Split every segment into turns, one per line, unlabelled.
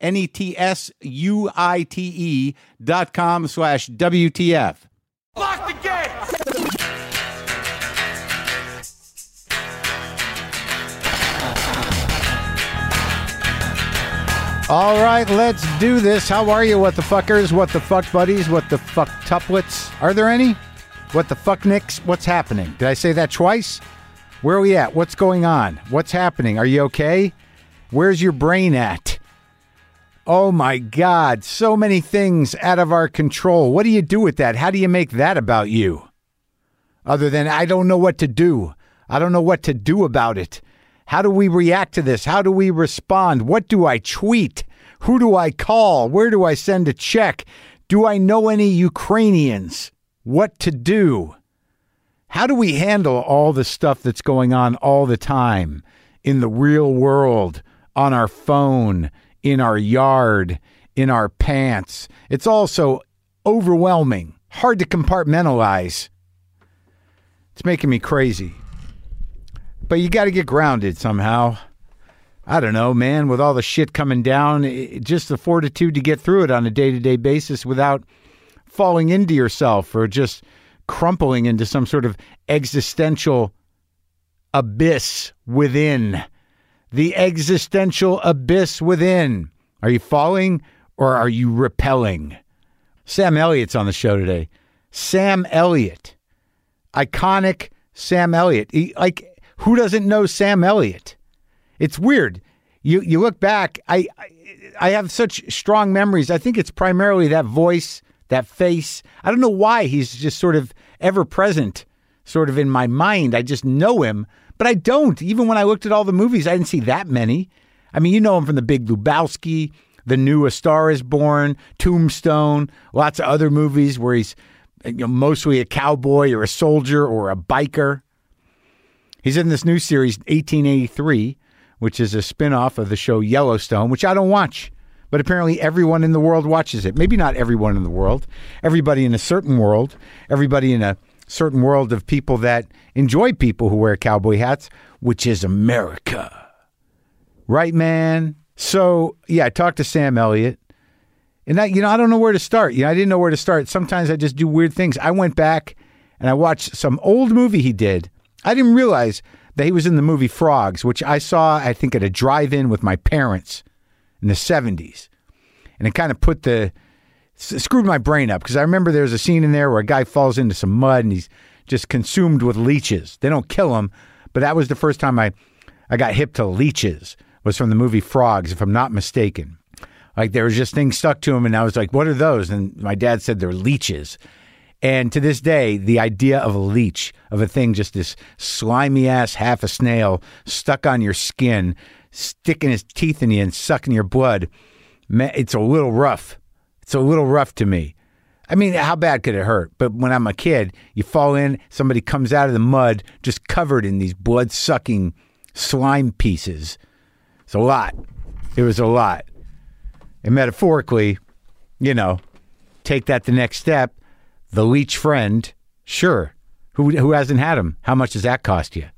N E T S U I T E dot com slash WTF.
Lock the gate!
All right, let's do this. How are you, what the fuckers? What the fuck buddies? What the fuck tuplets? Are there any? What the fuck nicks? What's happening? Did I say that twice? Where are we at? What's going on? What's happening? Are you okay? Where's your brain at? Oh my God, so many things out of our control. What do you do with that? How do you make that about you? Other than, I don't know what to do. I don't know what to do about it. How do we react to this? How do we respond? What do I tweet? Who do I call? Where do I send a check? Do I know any Ukrainians? What to do? How do we handle all the stuff that's going on all the time in the real world, on our phone, in our yard, in our pants? It's all so overwhelming, hard to compartmentalize. It's making me crazy. But you got to get grounded somehow. I don't know, man, with all the shit coming down, i just the fortitude to get through it on a day to day basis without falling into yourself or just crumpling into some sort of existential abyss within. The existential abyss within. Are you falling or are you repelling? Sam Elliott's on the show today. Sam Elliott iconic Sam Elliott. He- like, who doesn't know Sam Elliott? It's weird. You you look back. I, I I have such strong memories. I think it's primarily that voice, that face. I don't know why he's just sort of ever present, sort of in my mind. I just know him, but I don't. Even when I looked at all the movies, I didn't see that many. I mean, you know him from The Big Lebowski, The New A Star Is Born, Tombstone, lots of other movies where he's you know, mostly a cowboy or a soldier or a biker. He's in this new series, 1883, which is a spin off of the show Yellowstone, which I don't watch. But apparently, everyone in the world watches it. Maybe not everyone in the world. Everybody in a certain world, everybody in a certain world of people that enjoy people who wear cowboy hats, which is America. Right, man? So, yeah, I talked to Sam Elliott. And I, you know, I don't know where to start. You know, I didn't know where to start. Sometimes I just do weird things. I went back and I watched some old movie he did. I didn't realize that he was in the movie Frogs, which I saw, I think, at a drive-in with my parents in the '70s, and it kind of put the s- screwed my brain up because I remember there's a scene in there where a guy falls into some mud and he's just consumed with leeches. They don't kill him, but that was the first time I I got hip to leeches was from the movie Frogs, if I'm not mistaken. Like there was just things stuck to him, and I was like, "What are those?" And my dad said they're leeches. And to this day, the idea of a leech, of a thing, just this slimy ass half a snail stuck on your skin, sticking his teeth in you and sucking your blood, ma- it's a little rough. It's a little rough to me. I mean, how bad could it hurt? But when I'm a kid, you fall in, somebody comes out of the mud just covered in these blood sucking slime pieces. It's a lot. It was a lot. And metaphorically, you know, take that the next step. The leech friend, sure. Who who hasn't had him? How much does that cost you?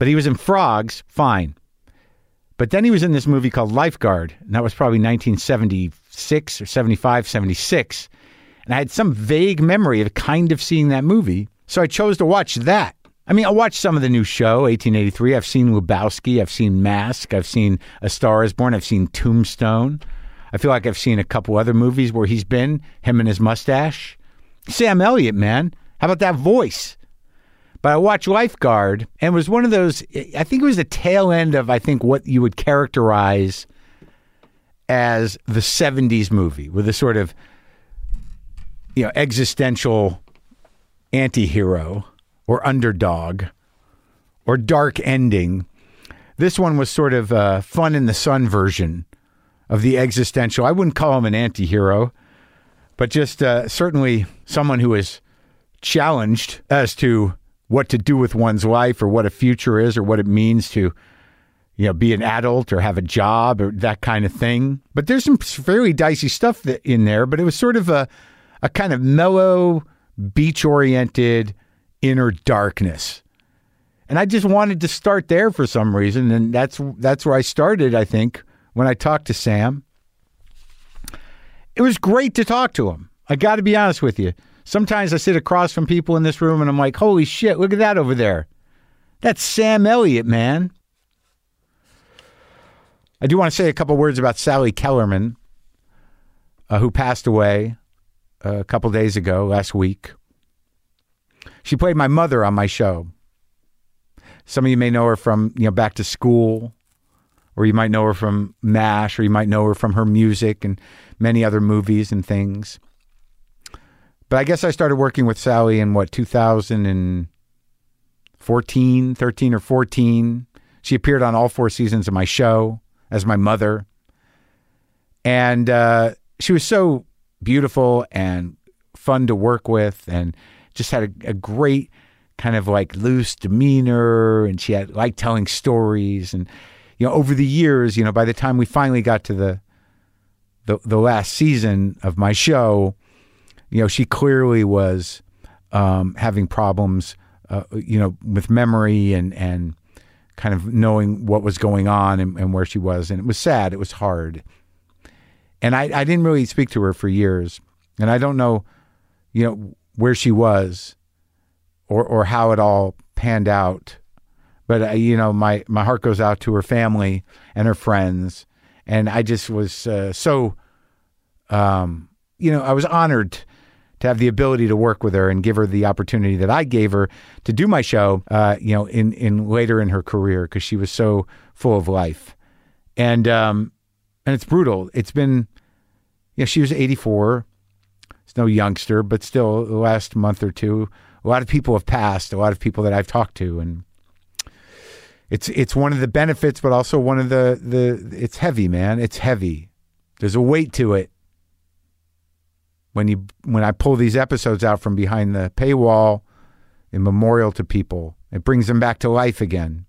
But he was in Frogs, fine. But then he was in this movie called Lifeguard, and that was probably 1976 or 75, 76. And I had some vague memory of kind of seeing that movie, so I chose to watch that. I mean, I watched some of the new show, 1883. I've seen Lubowski, I've seen Mask, I've seen A Star Is Born, I've seen Tombstone. I feel like I've seen a couple other movies where he's been, him and his mustache. Sam Elliott, man. How about that voice? But I watched Lifeguard and was one of those, I think it was the tail end of, I think, what you would characterize as the 70s movie with a sort of, you know, existential anti hero or underdog or dark ending. This one was sort of a fun in the sun version of the existential. I wouldn't call him an anti hero but just uh, certainly someone who is challenged as to what to do with one's life or what a future is or what it means to you know be an adult or have a job or that kind of thing but there's some fairly dicey stuff that, in there but it was sort of a a kind of mellow beach oriented inner darkness and I just wanted to start there for some reason and that's that's where I started I think when I talked to Sam it was great to talk to him. I got to be honest with you. Sometimes I sit across from people in this room and I'm like, holy shit, look at that over there. That's Sam Elliott, man. I do want to say a couple words about Sally Kellerman, uh, who passed away uh, a couple days ago, last week. She played my mother on my show. Some of you may know her from, you know, Back to School or you might know her from MASH, or you might know her from her music and many other movies and things. But I guess I started working with Sally in what, 2014, 13 or 14. She appeared on all four seasons of my show as my mother. And uh, she was so beautiful and fun to work with and just had a, a great kind of like loose demeanor and she had like telling stories and you know over the years you know by the time we finally got to the the, the last season of my show you know she clearly was um, having problems uh, you know with memory and and kind of knowing what was going on and, and where she was and it was sad it was hard and I, I didn't really speak to her for years and I don't know you know where she was or or how it all panned out but uh, you know my my heart goes out to her family and her friends and I just was uh, so um you know I was honored to have the ability to work with her and give her the opportunity that I gave her to do my show uh you know in in later in her career cuz she was so full of life and um and it's brutal it's been you know she was 84 He's no youngster, but still, the last month or two, a lot of people have passed. A lot of people that I've talked to, and it's it's one of the benefits, but also one of the the. It's heavy, man. It's heavy. There's a weight to it. When you when I pull these episodes out from behind the paywall, in memorial to people, it brings them back to life again.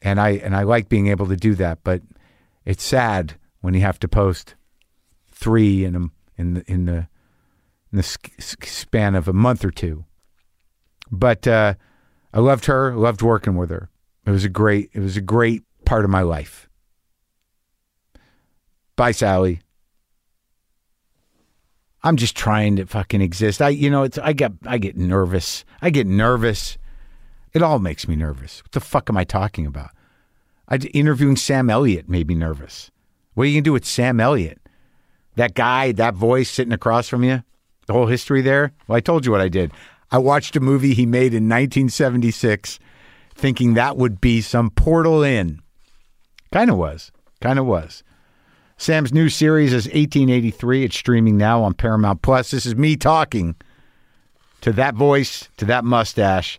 And I and I like being able to do that, but it's sad when you have to post three in a, in the in the in the sk- sk- span of a month or two. But uh, I loved her. Loved working with her. It was a great. It was a great part of my life. Bye, Sally. I'm just trying to fucking exist. I, you know, it's I get I get nervous. I get nervous. It all makes me nervous. What the fuck am I talking about? I interviewing Sam Elliott made me nervous. What are you gonna do with Sam Elliott? that guy, that voice sitting across from you, the whole history there. Well, I told you what I did. I watched a movie he made in 1976 thinking that would be some portal in. Kind of was. Kind of was. Sam's new series is 1883. It's streaming now on Paramount Plus. This is me talking to that voice, to that mustache,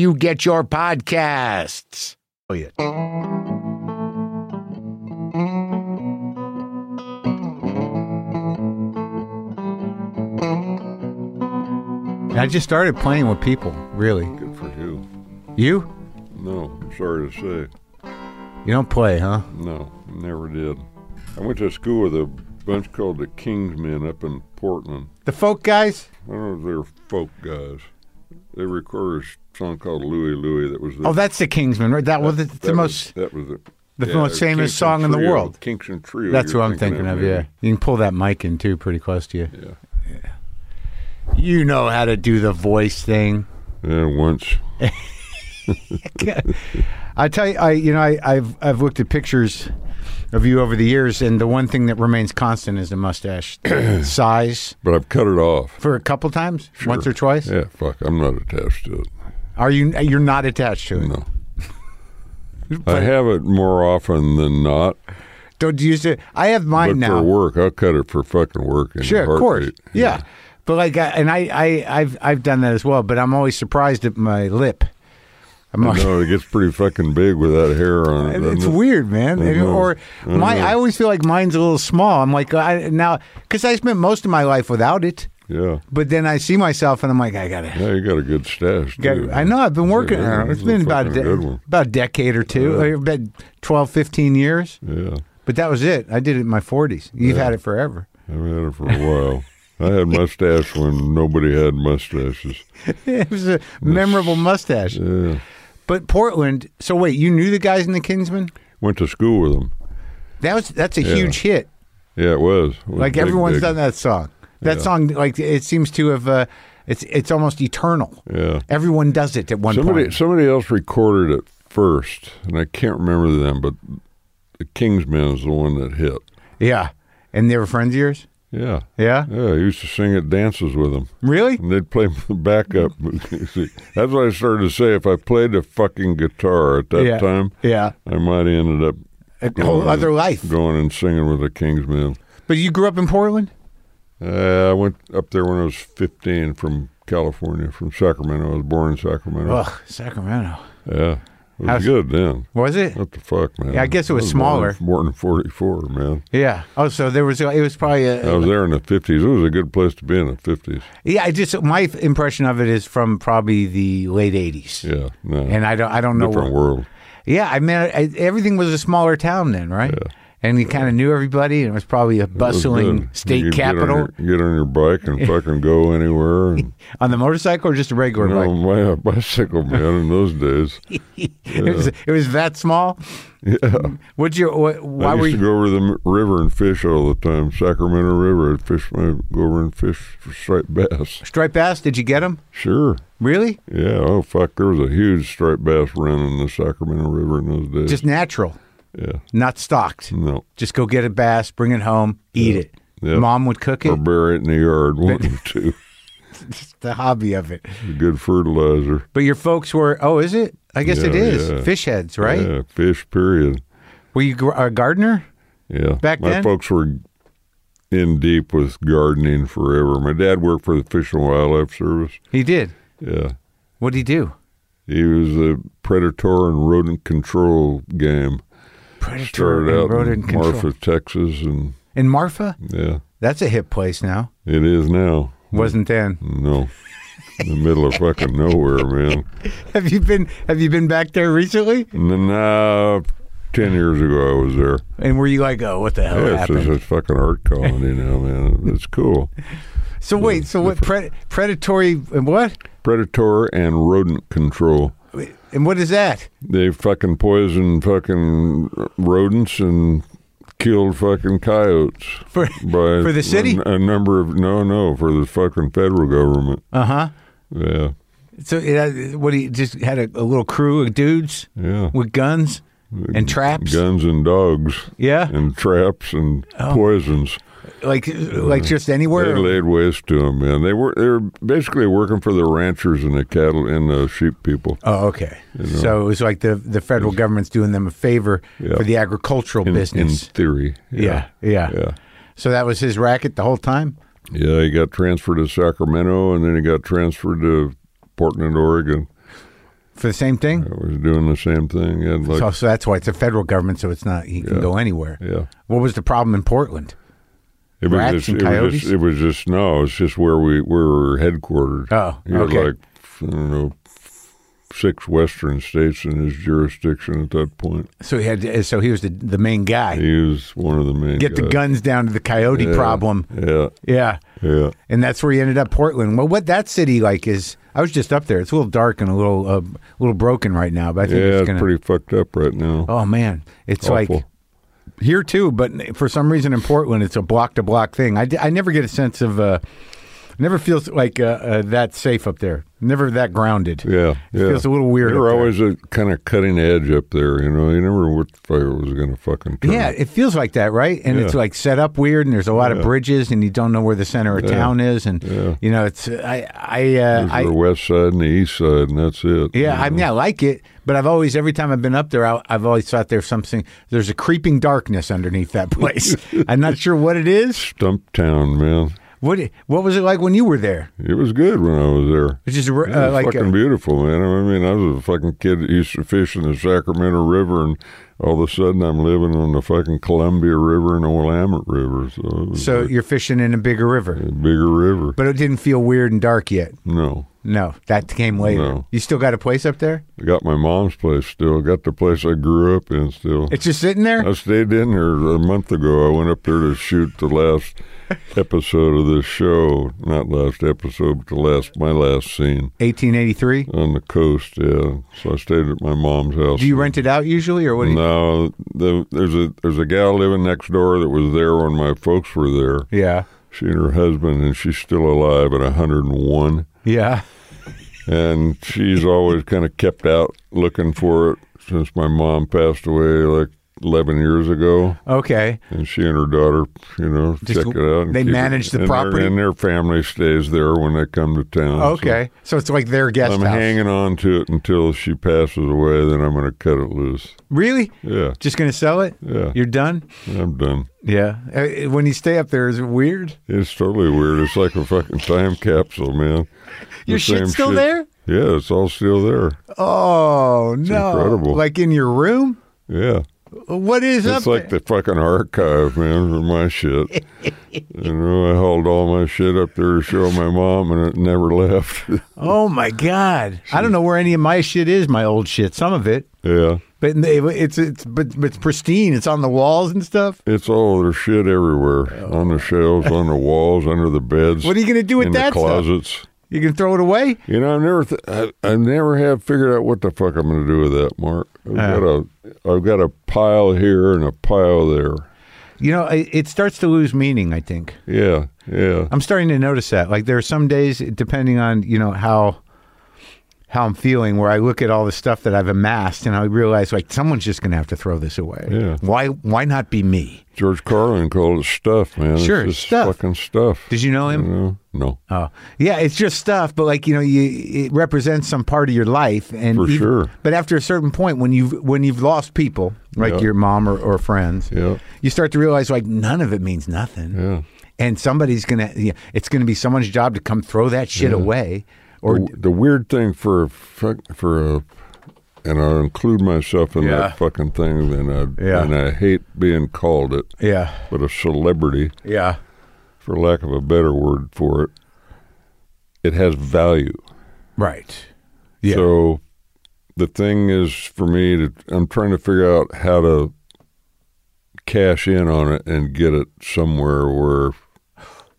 you get your podcasts. Oh, yeah. I just started playing with people, really.
Good for you.
You?
No, I'm sorry to say.
You don't play, huh?
No, never did. I went to school with a bunch called the Kingsmen up in Portland.
The folk guys?
I don't know if they were folk guys. They recorded a song called Louie Louie that was the,
Oh, that's the Kingsmen, right? That was the,
that
the most.
was, that was the,
the most
it was
famous
Kingston
song in the
Trio-
world.
Kingston Trio.
That's
you're
what I'm thinking of. Yeah,
maybe.
you can pull that mic in too, pretty close to you.
Yeah.
You know how to do the voice thing.
Yeah, once.
I tell you, I you know, I, I've I've looked at pictures of you over the years, and the one thing that remains constant is the mustache size.
But I've cut it off.
For a couple times, once
Sure.
or twice.
Yeah, fuck. I'm not attached to it.
Are you? You're not attached to it.
No. I have it more often than not.
Don't use it. I have
But
mine now.
for work, I'll cut it for fucking work. in a
Sure, of course.
heartbeat.
Yeah. But like, I, and I, I, I've, I've done that as well. But I'm always surprised at my lip. I'm
I
always-
know it gets pretty fucking big with that hair on it. doesn't
It's
it?
weird, man.
I know.
Or
I
my,
know.
I always feel like mine's a little small. I'm like, I, now because I spent most of my life without it,
Yeah.
but then I see myself and I'm like, I gotta.
Yeah, you got a good stash.
gotta-
too.
I know I've been working. on
Yeah,
it.
this
It's
is
been
a
about a
fucking
de-
good one.
about a decade or two, or about 12, 15 years.
Yeah,
But that was it. I did it in my forties. You've had it forever.
I've had it for a while. I had mustache when nobody had mustaches.
it was a memorable mustache.
Yeah.
But Portland. So wait, you knew the guys in the Kingsmen?
Went to school with them.
That was that's a huge hit.
Yeah, it was. It was
Like
big,
everyone's
big.
done that song. That song, like it seems to have. Uh, it's it's almost eternal.
Yeah.
Everyone does it at one
Somebody
point.
somebody else recorded it first, and I can't remember them, but the Kingsmen is the one that hit.
Yeah, and they were friends of yours.
Yeah.
Yeah,
Yeah, I used to sing at dances with them.
really?
And they'd play the backup. music. That's what I started to say. If I played a fucking guitar at that
yeah.
time,
Yeah,
I might have ended up
a whole
going
other
and-
life.
going and singing with the Kingsmen.
But you grew up in Portland.
Uh, I went up there when I was 15 from California, from Sacramento. I was born in Sacramento.
Ugh, Sacramento.
Yeah, it was
How's-
good then.
Was it?
What the fuck, man?
Yeah, I guess it was
born- Born in 44, man.
Yeah. Oh, so there was. It was probably a,
I was there in the 50s. It was a good place to be in the 50s.
Yeah, I just my f- impression of it is from probably the late '80s,
Yeah, no,
and I don't I don't know.
different
what-
world.
Yeah, I mean I, everything was a smaller town then, right? And you kind of knew everybody, and it was probably a
It was
bustling
good.
state
You could
capital on,
Get on, your, get on your bike and fucking go anywhere. And,
the motorcycle or just a regular
you
bike.
know, my uh, bicycle, man, in those days.
It was it was that small. What'd you? What, why
I
were
used
you?
to go over the m- river and fish all the time. Sacramento River, I'd fish my go over and fish for striped bass.
striped bass? Did you get them?
Sure.
Really?
Yeah. Oh fuck, there was a huge striped bass run in the Sacramento River in those days.
Just natural,
yeah.
not stocked.
No.
Just go get a bass, bring it home, eat it.
Yeah.
Mom would cook
Or
it.
bury it in the yard. One or two.
The hobby of it.
Good fertilizer.
But your folks were, oh, is it? I guess it
Yeah,
is.
yeah.
Fish heads, right?
Yeah. Fish. Period.
Were you gr- a gardener?
Yeah.
Back
my
then?
folks were in deep with gardening forever. My dad worked for the Fish and Wildlife Service.
He did.
Yeah.
What did he do?
He was a predator and rodent control game.
Predator
started
and
out
rodent
in
control.
Marfa, Texas, and
In Marfa?
yeah,
That's a hip place now.
it is now.
Wasn't then.
No, in the middle of fucking nowhere, man.
Have you been have you been back there recently?
And then, uh, ten years ago, I was there.
And were you like, oh, what the hell
Yeah, it's
happened?
just a fucking art colony now, man. It's cool.
so wait, so what pre- predatory and what?
Predator and rodent control.
And what is that?
They fucking poisoned fucking rodents and killed fucking coyotes
For
by
For the city?
A, a number of no, no, for the fucking federal government.
uh huh.
Yeah.
So it, uh, what he just had a, a little crew of dudes
Yeah.
with guns and traps.
Guns and dogs.
Yeah. Oh.
And traps and poisons.
Like like just
They
anywhere.
laid waste to them, man. They were they were basically working for the ranchers and the cattle and the sheep people
Oh, okay. So it was like the the federal government's doing them a favor
Yeah.
for the agricultural
in, in
business.
theory.
yeah, yeah,
Yeah.
So that was his racket the whole time.
Yeah, he got transferred to Sacramento and then he got transferred to Portland, Oregon.
for the same thing.
That was doing the same thing. And like,
so, so that's why it's a federal government, so it's not he can go anywhere.
yeah.
What was the problem in Portland?
It
Rats
just,
and
it was
coyotes?
just, it was just no, it's just where we where we're headquartered.
Oh,
You're
okay.
like I don't know six western states in his jurisdiction at that point.
So he had. So he was the, the main guy.
He was one of the main
Get the
guys.
guns down to the coyote
Yeah,
problem.
Yeah.
Yeah,
Yeah.
and that's where he ended up. Portland. Well, what that city like is? I was just up there. It's a little dark and a little uh, little broken right now, but I think
yeah,
it's
it's
gonna.
pretty fucked up right now.
oh man, it's like
Awful.
here too, but for some reason in Portland, it's a block to block thing. I, d- I never get a sense of. Uh, Never feels like uh, uh, that safe up there. Never that grounded.
Yeah,
it
yeah.
feels a little weird.
You're
up there.
always a kind of cutting edge up there, you know. You never knew what the fuck it was going to fucking turn.
Yeah, it feels like that, right? And it's
Yeah.
like set up weird, and there's a lot of bridges, and you don't know where the center of town is, and you know, it's I I uh,
There's
I.
the west side and the east side, and that's it.
Yeah, I mean, I like it, but I've always, every time I've been up there, I, I've always thought there's something, there's a creeping darkness underneath that place. I'm not sure what it is.
Stump Town, man.
What it- What was it like when you were there?
It was good when I was there.
It's just a r-
It
uh,
was
like
fucking
a-
beautiful, man. I mean, I was a fucking kid that used to fish in the Sacramento River, and all of a sudden I'm living on the fucking Columbia River and the Willamette River. So, it was
so
like
you're fishing in a bigger river,
a bigger river.
but it didn't feel weird and dark yet.
No.
No, that came later.
No.
You still got a place up there?
I got my mom's place still. Got the place I grew up in still.
It's just sitting there.
I stayed in there a month ago. I went up there to shoot the last episode of this show. Not last episode, but the last my last scene
1883.
on the coast. Yeah, so I stayed at my mom's house.
Do you rent it out usually, or what? Do you,
No, the, there's a there's a gal living next door that was there when my folks were there.
Yeah,
She and her husband, and she's still alive at 101.
yeah.
and she's always kind of kept out looking for it since my mom passed away like 11 years ago
Okay.
and she and her daughter you know
Just-
check it out and
they
keep it-
manage the
and their-
property?
and their family stays there when they come to town
Okay. So it's like their
So
guest
i'm
house.
hanging on to it until she passes away then i'm going to cut it loose
Really?
yeah
Just gonna sell it?
Yeah.
You're done?
i'm done
Yeah. Uh, When you stay up there, is it weird?
it's totally weird it's like a fucking time capsule man The
Your shit's
same
still
shit.
there?
yeah it's all still there
Oh no!
incredible.
Like in your room?
yeah
What is up
It's like
there?
the fucking archive, man, for my shit. you know, I hauled all my shit up there to show my mom, and it never left.
oh my god! I don't know where any of my shit is. My old shit, some of it,
yeah,
but in the- it's it's but but it's pristine. It's on the walls and stuff.
it's all their shit everywhere on the shelves, on the walls, under the beds.
What are you gonna do with
in
that
the
stuff?
closets?
You can throw it away.
You know, I've never, th- I, I never have figured out what the fuck I'm going to do with that, Mark. I've got a, I've got a pile here and a pile there.
You know, it, it starts to lose meaning. I think
Yeah, yeah.
I'm starting to notice that. Like there are some days, depending on you know how how I'm feeling, where I look at all the stuff that I've amassed and I realize like someone's just gonna have to throw this away.
Yeah.
Why why not be me?
George Carlin called it stuff, man.
Sure,
it's just
stuff.
fucking stuff.
Did you know him?
You know? No.
Oh, yeah, it's just stuff, but like you know, you it represents some part of your life, and
For
even-
sure.
But after a certain point, when you've when you've lost people, like
Yeah.
your mom or, or friends,
Yeah.
you start to realize like none of it means nothing.
Yeah.
And somebody's gonna, yeah, it's gonna be someone's job to come throw that shit away, or
the, the weird thing for a fuck- for a, and I'll include myself in
Yeah.
that fucking thing. And I
Yeah.
and I hate being called it,
yeah,
but a celebrity,
yeah,
for lack of a better word for it, it has value.
right, yeah,
So the thing is for me to I'm trying to figure out how to cash in on it and get it somewhere where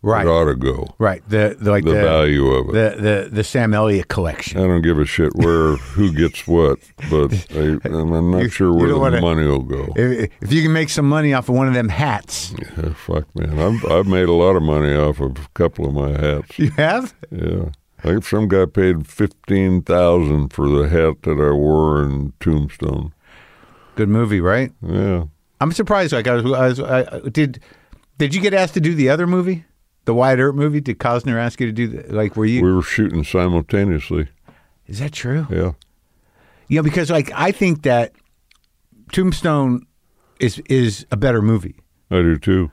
right,
it ought to go.
right. The, the like
The,
the
value of it.
the the the Sam Elliott collection.
I don't give a shit where who gets what, but I, I'm I'm not
You-
sure
you
where
don't
the
wanna-
money will go.
If, if you can make some money off of one of them hats,
Yeah, fuck, man, I've I've made a lot of money off of a couple of my hats.
you have.
Yeah, I think some guy paid fifteen thousand for the hat that I wore in Tombstone.
Good movie, right?
Yeah,
I'm surprised. Like I was, I was I, did. Did you get asked to do the other movie, the Wyatt Earp movie? Did Cosner ask you to do? The, like, were you?
we were shooting simultaneously.
is that true?
Yeah,
You know, because like I think that Tombstone is is a better movie,
I do too.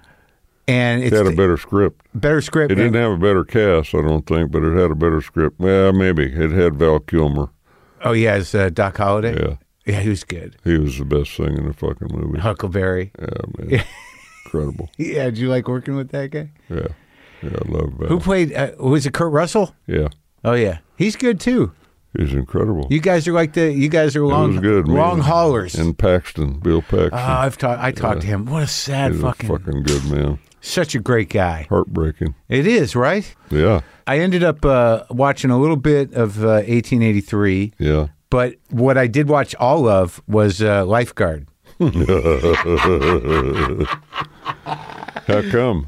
and it's
It had a better script.
better script.
It didn't have a better cast, I don't think, but it had a better script. Well, maybe it had Val Kilmer.
oh yeah, it's uh, Doc Holliday.
Yeah.
yeah, he was good.
He was the best thing in the fucking movie.
Huckleberry.
Yeah, man, incredible.
Yeah, did you like working with that guy?
Yeah, yeah, I love Val.
Who played? Uh, was it Kurt Russell?
Yeah,
Oh yeah, he's good too.
he's incredible.
You guys are like the you guys are long
was good, man.
long haulers.
and Paxton, Bill Paxton.
Oh, I've talked. I talked to him. What a sad
He's
fucking,
a fucking good man.
such a great guy.
Heartbreaking.
It is right.
Yeah,
I ended up uh, watching a little bit of uh, 1883,
yeah.
but what I did watch all of was uh, Lifeguard.
How come?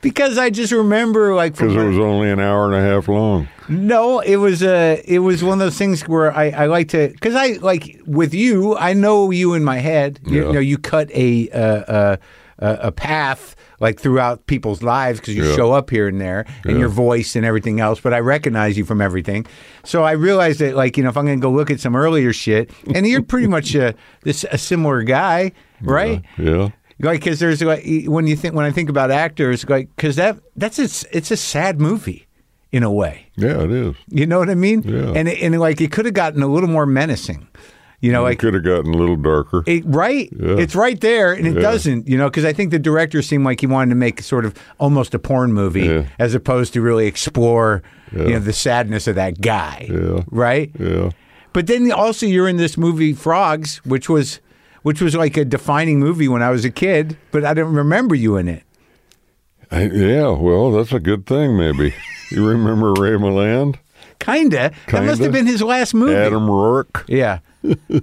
Because I just remember, like, from
Because it was only an hour and a half long.
no, it was uh, it was one of those things where I, I like to, because I like with you, I know you in my head. You,
Yeah.
know, you cut a uh, uh, a a path like throughout people's lives because you
Yeah.
show up here and there, and your voice and everything else. But I recognize you from everything, so I realized that, like, you know, if I'm going to go look at some earlier shit, and you're pretty much a, this a similar guy, right?
Yeah,
Like, because there's like when you think when I think about actors, like, because that that's it's it's a sad movie, in a way.
yeah, it is.
You know what I mean?
Yeah.
And and like it could have gotten a little more menacing. You know,
It
like
could have gotten a little darker.
it, right? It's right there, and it doesn't. You know, because I think the director seemed like he wanted to make sort of almost a porn movie
Yeah.
as opposed to really explore, you know, the sadness of that guy.
Yeah.
Right.
Yeah,
But then also you're in this movie Frogs, which was which was like a defining movie when I was a kid, but I don't remember you in it.
I, yeah. Well, that's a good thing, maybe. you remember Ray Milland,
Kinda. That must
Kinda.
have been his last movie.
Adam Rourke,
Yeah.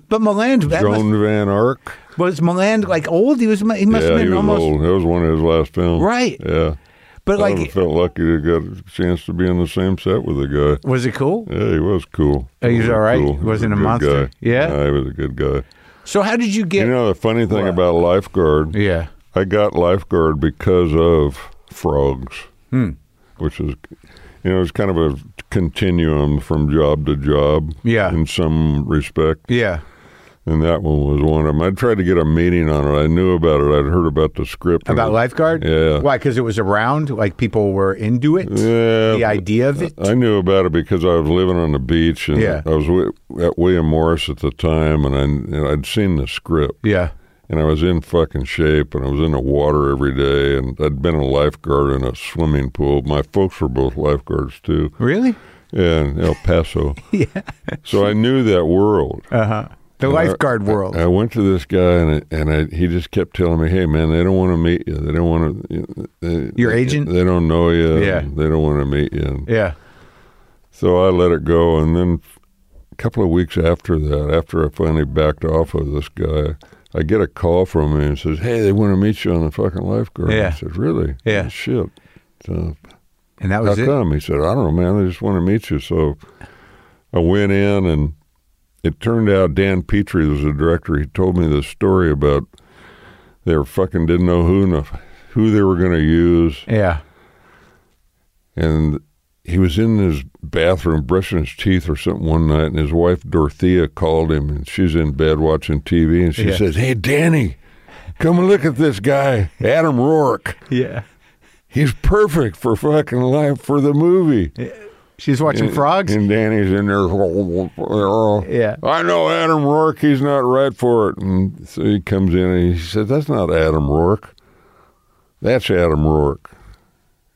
But Meland that must,
Joan Van Ark.
was Meland like old? He was he must have
yeah,
been
he was
almost
old. That was one of his last films.
Right.
Yeah.
but
I would've
like
felt lucky to got a chance to be on the same set with the guy.
was it cool?
Yeah, he was cool.
Oh, he was all right?
cool. He
Wasn't a
good
monster?
guy.
Yeah?
he was a good guy.
So how did you get
You know the funny thing about lifeguard.
Yeah.
I got lifeguard because of frogs,
Hmm.
which is, you know, it's kind of a continuum from job to job.
Yeah.
in some respect,
Yeah.
and that one was one of them. I tried to get a meeting on it. I knew about it. I'd heard about the script. and
About
it-
lifeguard?
Yeah.
Why? Because it was around, like people were into it.
Yeah,
the idea of it.
I knew about it because I was living on the beach, and
Yeah.
I was wi- at William Morris at the time, and, I, and I'd seen the script.
yeah.
and I was in fucking shape, and I was in the water every day, and I'd been a lifeguard in a swimming pool. My folks were both lifeguards too,
Really?
yeah, in El Paso.
Yeah.
so I knew that world.
The lifeguard world.
I went to this guy, and I, and I, he just kept telling me, "Hey, man, they don't want to meet you. They don't want to. They,
Your
they-
agent?
They don't know you.
Yeah.
They don't want to meet you."
yeah.
So I let it go, and then a couple of weeks after that, after I finally backed off of this guy, I get a call from him and says, "Hey, they want to meet you on the fucking lifeguard." I
Yeah.
said, "Really?
Yeah.
Shit." So,
And that
how
was it.
come? He said, "I don't know, man. They just want to meet you." So I went in, and it turned out Dan Petrie was the director. He told me this story about they were fucking didn't know who in the- who they were going to use
Yeah.
and he was in his bathroom brushing his teeth or something one night, and his wife Dorothea called him, and she's in bed watching TV, and she
Yeah.
says, "Hey, Danny, come and look at this guy, Adam Rourke.
Yeah.
He's perfect for fucking life for the movie."
She's watching frogs?
And Danny's in there. Yeah.
Yeah.
I know Adam Rourke. He's not right for it. And so he comes in and he says, That's not Adam Rourke. That's Adam Rourke.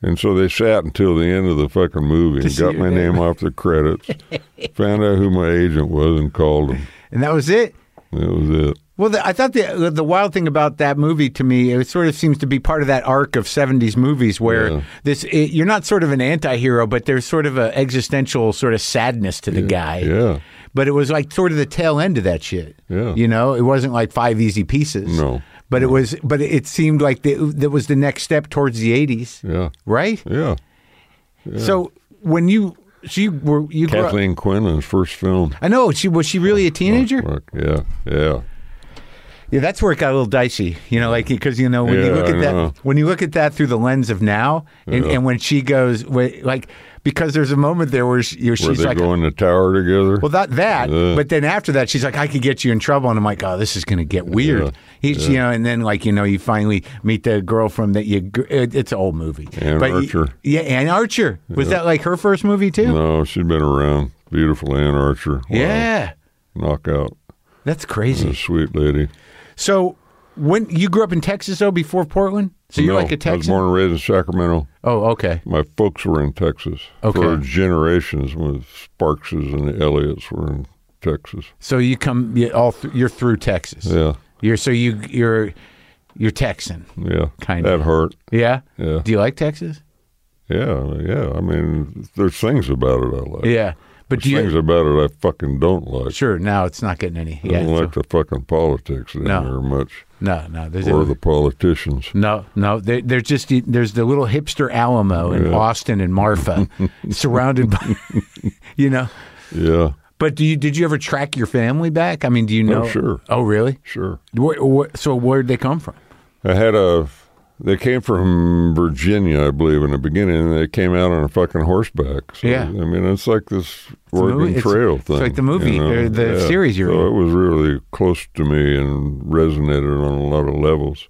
And so they sat until the end of the fucking movie and
see
got
your
my name off the credits, found out who my agent was and called him.
And that was it?
That was it.
Well, the, I thought the the wild thing about that movie to me, it sort of seems to be part of that arc of '70s movies where
Yeah.
this it, you're not sort of an anti-hero, but there's sort of an existential sort of sadness to the guy.
Yeah.
But it was like sort of the tail end of that shit.
Yeah.
You know, it wasn't like five easy pieces.
No.
But it was. But it seemed like the, that was the next step towards the '80s,
Yeah.
right?
Yeah.
So when you She were you grew up-
Kathleen Quinlan's first film.
I know. She was she really a teenager?
Fuck, yeah, yeah.
Yeah, that's where it got a little dicey, you know, like because you know when you
Yeah,
look
I
at
know.
that when you look at that through the lens of now, and,
Yeah.
and when she goes, wait, like because there's a moment there where, she, where
Where
she's
they
like,
go in the tower together.
well, not that,
Yeah.
but then after that, she's like, I could get you in trouble, and I'm like, oh, this is gonna get weird,
Yeah,
He's, you know, and then like you know, you finally meet the girl from that you, gr- it, it's an old movie,
Ann
But you-
Archer.
yeah, Ann Archer was that like her first movie too?
no, she'd been around. Beautiful Ann Archer. Wow.
Yeah,
Knockout.
that's crazy.
A sweet lady.
So when you grew up in Texas though, before Portland, so you're
No,
like a
I was
Texan.
born and raised in Sacramento.
oh, okay.
My folks were in Texas
Okay.
for generations. When the Sparkses and the Elliots were in Texas.
So you come you all th- you're through Texas.
Yeah,
You're so you you're you're Texan.
yeah.
Kinda.
That hurt.
Yeah.
Yeah.
Do you like Texas?
Yeah, yeah. I mean, there's things about it I like.
Yeah. But
There's
do
things
you
about it I fucking don't like.
Sure, now it's not getting any.
I
Yeah.
don't like
so-
the fucking politics down
No.
there much,
no, no. There's
or the politicians.
No, no. There, there's just there's the little hipster Alamo in Austin and Marfa surrounded by you know.
Yeah,
But do you did you ever track your family back? I mean, do you know?
Oh, sure.
Oh, really?
sure.
Where, where, so where'd they come from?
I had a. They came from Virginia, I believe, in the beginning, and they came out on a fucking horseback. So,
Yeah.
I mean, it's like this Oregon
movie- it's-
Trail
it's
thing.
like the movie, or the series you're in.
so it was really close to me and resonated on a lot of levels.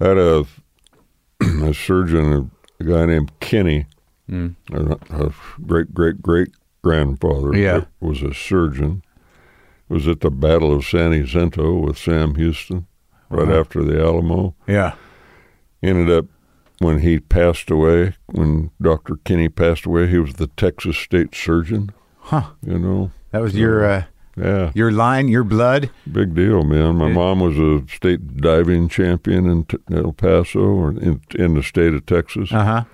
I had a, a surgeon, a guy named Kenny,
Mm.
a, a great great great grandfather.
Yeah.
that was a surgeon. Was at the Battle of San Jacinto with Sam Houston, right
Uh-huh.
after the Alamo
Yeah.
ended up when he passed away, when Dr. Kenny passed away, he was the Texas state surgeon,
Huh.
you know.
That was your uh,
Yeah,
your line, your blood.
big deal, man. My mom was a state diving champion in T- El Paso or in, in the state of Texas.
Uh huh.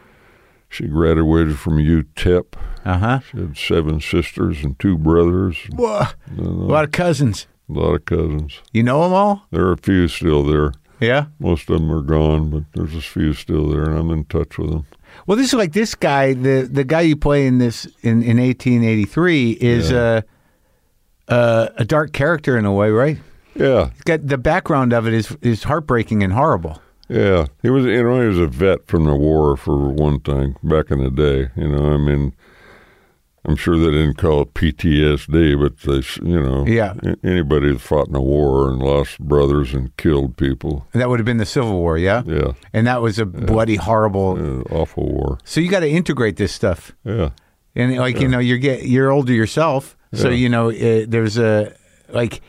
She graduated from UTEP.
Uh huh.
She had seven sisters and two brothers,
Whoa.
Uh-huh.
A lot of cousins.
a lot of cousins.
You know them all?
There are a few still there.
Yeah.
Most of them are gone, but there's a few still there, and I'm in touch with them.
Well, this is like this guy, the the guy you play in this in, in 1883 is uh uh, a dark character in a way, right?
Yeah,
Got the background of it is is heartbreaking and horrible.
Yeah, he was. You know, he was a vet from the war for one thing back in the day. You know, I mean, I'm sure they didn't call it PTSD, but they, sh- you know,
Yeah.
a- anybody who fought in a war and lost brothers and killed people.
And that would have been the Civil War, yeah.
Yeah,
And that was a bloody horrible.
uh, awful war.
So you got to integrate this stuff,
Yeah,
and like you know, you're get you're older yourself, so
Yeah.
you know uh, there's a like,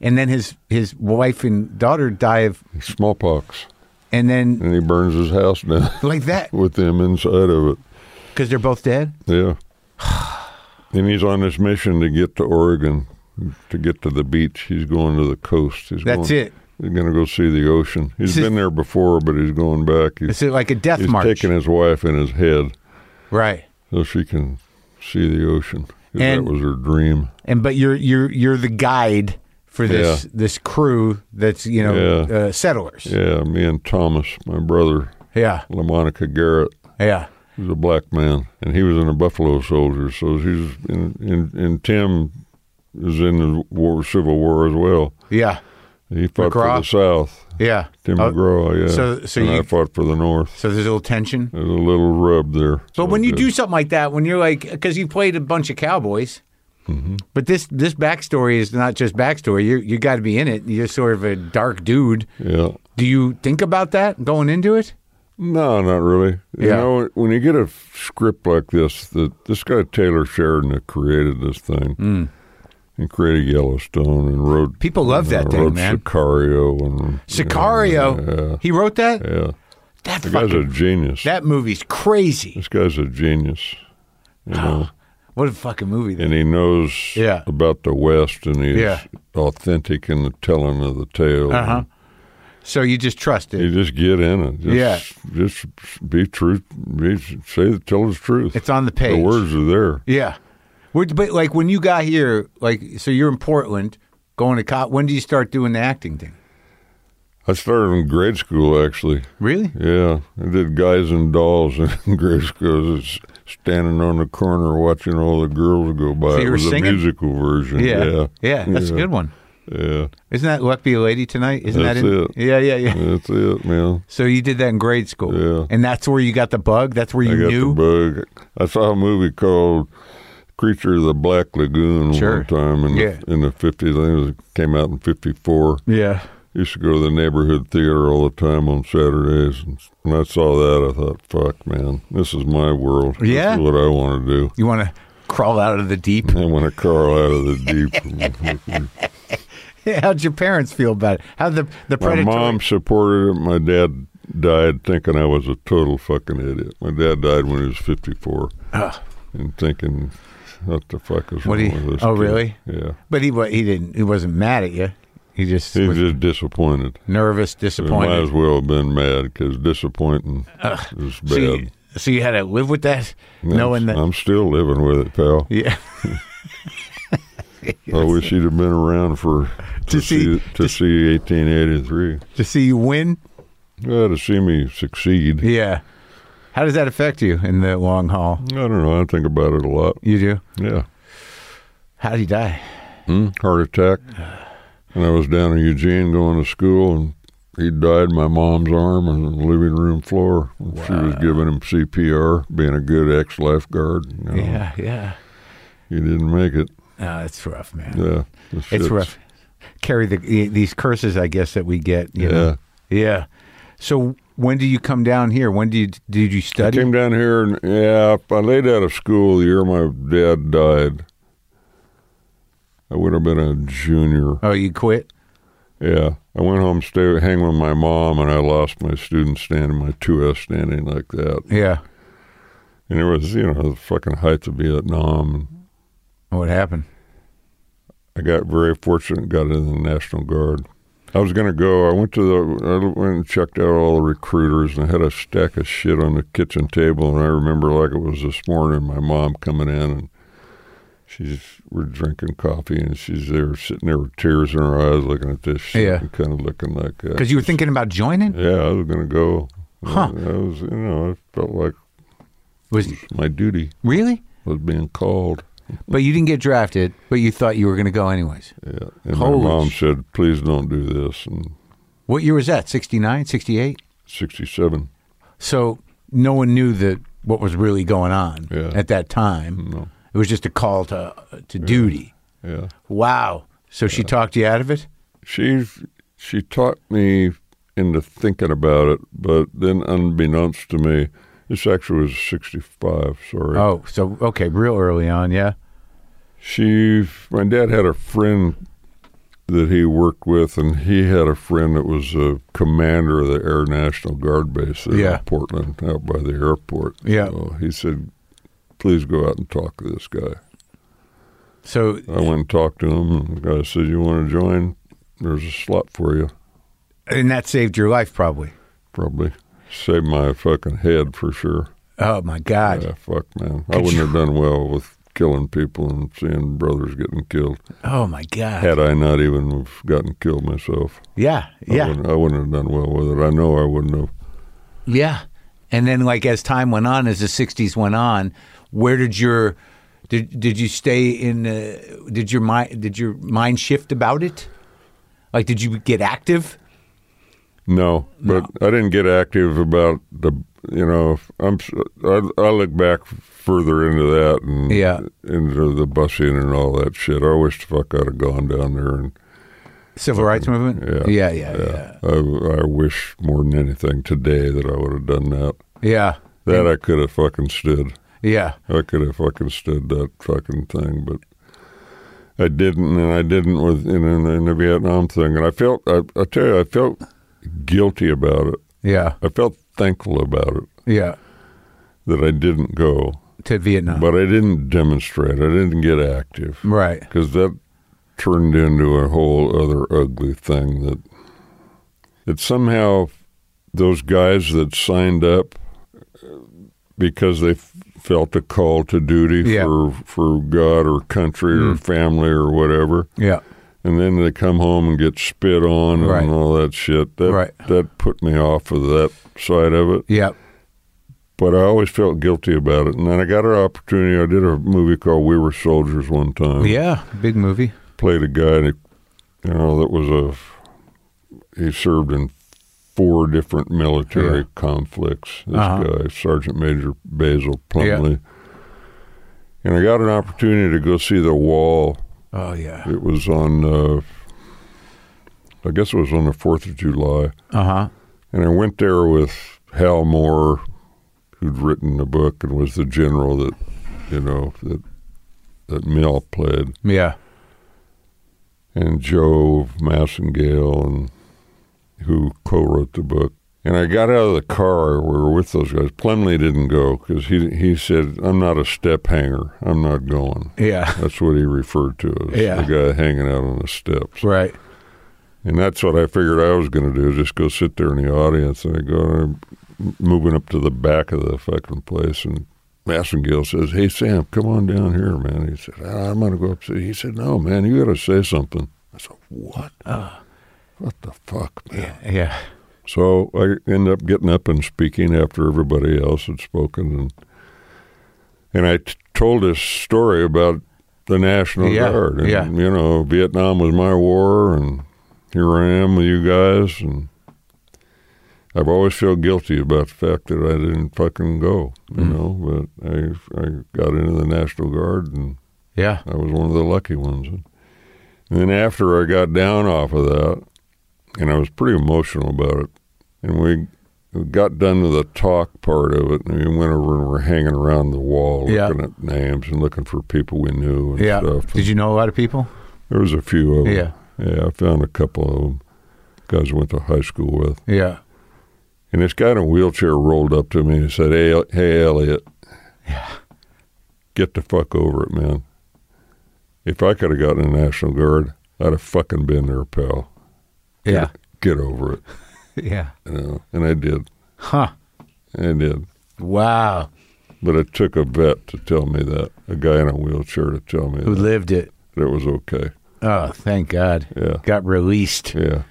and then his his wife and daughter die of,
smallpox,
and then
and he burns his house down
like that
with them inside of it.
because they're both dead.
Yeah, and he's on this mission to get to Oregon, to get to the beach. He's going to the coast. He's
That's
going-
it.
He's going to go see the ocean. He's
This is-
been there before, but he's going back. He's,
It's like a death
he's
march,
taking his wife in his head
right?
so she can see the ocean. 'cause
And-
that was her dream.
And but you're you're you're the guide for this
Yeah.
this crew that's you know
Yeah.
uh, settlers. Yeah.
Yeah, me and Thomas, my brother,
yeah,
LaMonica Garrett, was a black man, and he was in the Buffalo Soldiers. So he's in, in, and Tim is in the war, Civil War as well.
yeah,
He fought
McGraw?
for the South.
yeah.
Tim
Oh,
McGraw, yeah.
so- so
and
you-
I fought for the North.
so there's a little tension.
There's a little rub there.
But
So
when you
good.
do something like that, when you're like, because you played a bunch of cowboys,
Mm-hmm.
but this this backstory is not just backstory. You you got to be in it. You're sort of a dark dude.
yeah.
Do you think about that going into it?
No, not really. You
Yeah.
know, when you get a script like this, that this guy Taylor Sheridan that created this thing and created Yellowstone and wrote
Hmm. People love that
uh,
thing,
wrote
man.
Sicario and
Sicario. he wrote that.
yeah, yeah.
That
The guy's a
fucking,
genius.
that movie's crazy.
this guy's a genius, you know,
What a fucking movie! That,
and he knows
Yeah.
about the West, and he's
Yeah.
authentic in the telling of the tale.
Uh-huh. so you just trust it.
You just get in it.
Yeah.
Just, just be truth. Be, say, tell the truth.
It's on the page.
The words are there.
Yeah. Would- But like when you got here, like so you're in Portland, going to cop. When do you start doing the acting thing?
I started in grade school, actually.
Really?
Yeah, I did Guys and Dolls in grade school. It was standing on the corner watching all the girls go by.
So you
it
were
was
singing?
a musical version.
Yeah.
Yeah.
Yeah, that's a
Yeah.
good one.
Yeah.
Isn't that Luck Be a Lady Tonight? Isn't
That's
that in?
it.
Yeah, yeah, yeah.
That's it, man.
So you did that in grade school.
Yeah.
And that's where you got the bug? That's where you
I got
knew?
the bug. I saw a movie called Creature of the Black Lagoon
Sure.
one time in
Yeah.
the in the fifties. I think it was- came out in fifty four.
Yeah.
Used to go to the neighborhood theater all the time on Saturdays, and when I saw that, I thought, "Fuck, man, this is my world.
Yeah.
this is what I want to do."
You want to crawl out of the deep?
I want to crawl out of the deep.
How'd your parents feel about it? How the the
my
predatory?
mom supported it. My dad died thinking I was a total fucking idiot. My dad died when he was fifty four,
Ugh.
and thinking, "What the fuck is
What
wrong
do you-
with this?"
oh,
kid?"
really?
Yeah.
But he wa- he didn't. He wasn't mad at you. He just
He
was
was just disappointed.
nervous,
He might as
disappointed.
well have been mad because disappointing is bad.
So you, so you had to live with that,
I'm-
knowing that.
I'm still living with it, pal.
yeah.
I wish he'd have been around for to,
To see-
see, to see 1883.
to see you win.
Yeah, to see me succeed.
Yeah. How does that affect you in the long haul?
I don't know. I think about it a lot.
You do.
Yeah,
How do you die?
hmm? heart attack. And I was down in Eugene going to school, and he died in my mom's arm on the living room floor. She was giving him CPR, being a good ex lifeguard. You know.
Yeah, yeah.
he didn't make it.
No, it's rough, man.
Yeah, the
it's
shit's-
rough. Carry the e, these curses, I guess, that we get. You
Yeah.
Know? Yeah. So when do you come down here? When do you did you
I
study?
came down here and yeah, I laid out of school the year my dad died. I would have been a junior.
Oh, you quit.
Yeah, I went home, stay hang with my mom, and I lost my student standing, my two S standing like that.
Yeah.
And it was you know the fucking heights of Vietnam. And
What happened?
I got very fortunate, and got in the National Guard. I was gonna go. I went to the. I went and checked out all the recruiters, and I had a stack of shit on the kitchen table. And I remember like it was this morning. My mom coming in, and she's we're drinking coffee, and she's there sitting there with tears in her eyes, looking at this shit,
Yeah.
and kind of looking like uh,
Because you were thinking about joining.
Yeah, I was gonna go.
Huh.
I was, you know, I felt like
Was
my duty
really,
was being called.
but you didn't get drafted. But you thought you were going to go anyways.
Yeah. And
Holy
my mom
sh-
said, "Please don't do this." And
What year was that? 69, 68?
sixty-seven.
So no one knew that what was really going on
Yeah.
at that time.
No.
It was just a call to uh, to duty.
Yeah.
Wow. So she talked you out of it.
She she taught me into thinking about it, but then unbeknownst to me, this actually was sixty five. Sorry.
Oh, so okay, real early on, yeah.
She my dad had a friend that he worked with, and he had a friend that was a commander of the Air National Guard base there
Yeah.
in Portland, out by the airport.
Yeah.
So he said, "Please go out and talk to this guy."
So
I went and talked to him, and the guy said, "You want to join? There's a slot for you."
and that saved your life probably.
Probably saved my fucking head for sure.
Oh my God.
Yeah, fuck, man. I wouldn't have done well with killing people and seeing brothers getting killed
Oh my God.
had I not even have gotten killed myself.
Yeah,
I
yeah,
wouldn't, I wouldn't have done well with it. I know I wouldn't have.
yeah. And then, like as time went on, as the '60s went on, where did your did did you stay in? Uh, did your mind did your mind shift about it? Like, did you get active?
No, but I didn't get active about the. You know, I'm. s- I, I look back further into that and
Yeah.
into the busing and all that shit. I wish the fuck I'd have gone down there and
Civil rights movement. yeah,
Yeah,
yeah, yeah.
I, I wish more than anything today that I would have done that.
yeah.
That I could have fucking stood.
Yeah.
I could have fucking stood that fucking thing, but I didn't, and I didn't with in, in, in the Vietnam thing. And I felt, I, I tell you, I felt guilty about it.
Yeah.
I felt thankful about it
Yeah.
that I didn't go,
To Vietnam.
but I didn't demonstrate. I didn't get active
right.
because that turned into a whole other ugly thing that that somehow those guys that signed up uh, because they f- felt a call to duty
Yeah. Mm.
for for God or country or family or whatever
Yeah.
and then they come home and get spit on and
Right.
all that shit that
Right.
that put me off of that side of it
Yeah.
but I always felt guilty about it. And then I got an opportunity. I did a movie called We Were Soldiers one time.
Yeah, big movie.
Played a guy that, you know, that was a, he served in four different military
Yeah.
conflicts. This
Uh-huh.
guy, Sergeant Major Basil Plumley. And I got an opportunity to go see The Wall.
Oh yeah.
It was on, uh, I guess it was on the 4th of July.
Uh huh.
And I went there with Hal Moore, who'd written the book and was the general that, you know, that that Mill played,
Yeah.
and Joe Massengale, and who co-wrote the book. And I got out of the car. We were with those guys. Plumley didn't go because he he said, "I'm not a step hanger. I'm not going."
Yeah.
That's what he referred to as
Yeah.
the guy hanging out on the steps.
Right.
And that's what I figured I was going to do, just go sit there in the audience. And I go, I'm moving up to the back of the fucking place. And Massengill says, hey, Sam, come on down here, man. He said, "Ah, I'm going to go up. He said, no, man, you got to say something. I said, what? what the fuck, man?
Yeah.
So I end up getting up and speaking after everybody else had spoken, and and I t- told this story about the National
Yeah,
Guard, and
yeah.
you know Vietnam was my war, and here I am with you guys, and I've always felt guilty about the fact that I didn't fucking go, you
Mm.
know, but I I got into the National Guard and.
Yeah.
I was one of the lucky ones. And then after I got down off of that, and I was pretty emotional about it, and we we got done with the talk part of it, and we went over and were hanging around the wall
Yeah.
looking at names and looking for people we knew and
Yeah.
stuff.
Did you know a lot of people?
there was a few of them.
Yeah.
Yeah, I found a couple of them, guys I went to high school with.
Yeah.
And this guy in a wheelchair rolled up to me and said, "Hey, El- hey, Elliot, get the fuck over it, man. If I could have gotten in the National Guard, I'd have fucking been there, pal. Get-
Yeah.
get over it.
Yeah.
You know? And I did.
Huh.
I did.
Wow.
But it took a vet to tell me that, a guy in a wheelchair to tell me
Who
that,
lived it?
that it was okay.
Oh, thank God.
Yeah.
Got released.
Yeah,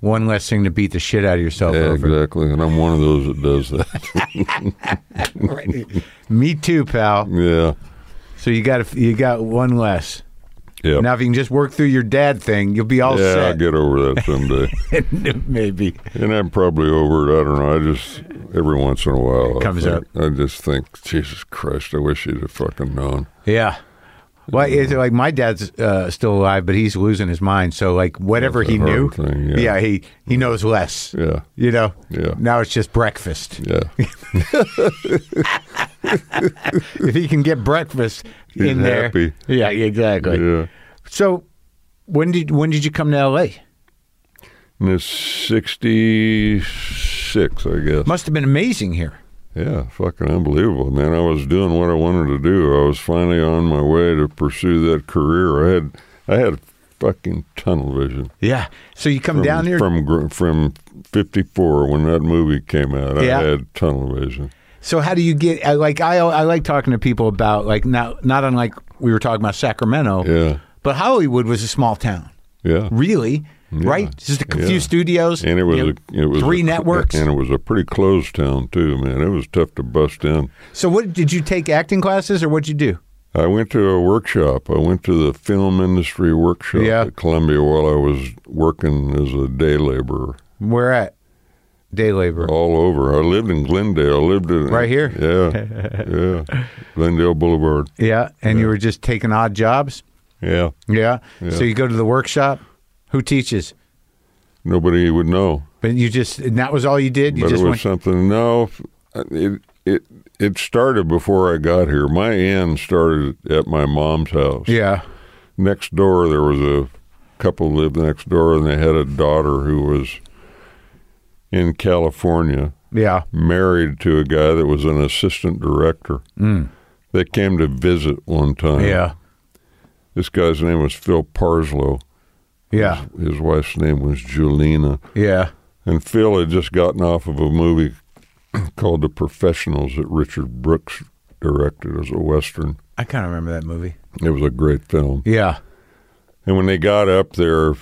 One less thing to beat the shit out of yourself
yeah,
over.
exactly. And I'm one of those that does that.
Me too, pal.
yeah,
So you got you got one less.
yeah.
Now if you can just work through your dad thing, you'll be all
yeah, I'll
set.
get over that someday.
Maybe.
And I'm probably over it. I don't know. I just every once in a while
It comes
I
up.
think, I just think, Jesus Christ! I wish you'd have fucking known.
Yeah. Well, it's like my dad's uh, still alive, but he's losing his mind. So like whatever
That's a
he
hard
knew,
thing, yeah.
he he knows less.
Yeah,
You know.
Yeah.
Now it's just breakfast.
yeah.
if he can get breakfast
He's
in there.
happy.
Yeah. Exactly.
yeah.
So when did when did you come to L.A.?
And it's '66, I guess.
Must have been amazing here.
yeah, fucking unbelievable, man. I was doing what I wanted to do. I was finally on my way to pursue that career. I had, I had fucking tunnel vision.
Yeah. So you come
From,
down here.
from gr- from '54 when that movie came out.
Yeah.
I had tunnel vision.
So how do you get? I like I I like talking to people about like not not unlike we were talking about Sacramento.
Yeah,
But Hollywood was a small town,
yeah.
really. Right, just a few
Yeah.
studios,
And it was
you know,
a, it was
three
a-
networks.
and it was a pretty closed town too, man. It was tough to bust in.
so, what did you take acting classes, or what'd you do?
I went to a workshop. I went to the film industry workshop
Yeah.
at Columbia while I was working as a day laborer
Where at? Day labor.
all over. I lived in Glendale. I lived in
Right here?
Yeah, yeah, Glendale Boulevard.
Yeah, and you were just taking odd jobs.
Yeah,
Yeah.
Yeah.
So you go to the workshop. Who teaches?
nobody would know.
But you just and that was all you did. You
but it
just
was
went.
something. No, it it it started before I got here. My end started at my mom's house.
yeah.
next door there was a couple lived next door and they had a daughter who was in California
Yeah.
married to a guy that was an assistant director. Mm. They came to visit one time.
Yeah.
This guy's name was Phil Parslow.
Yeah.
His wife's name was Julina.
Yeah.
And Phil had just gotten off of a movie called The Professionals that Richard Brooks directed as a Western.
I kind of remember that movie.
It was a great film.
Yeah.
And when they got up there,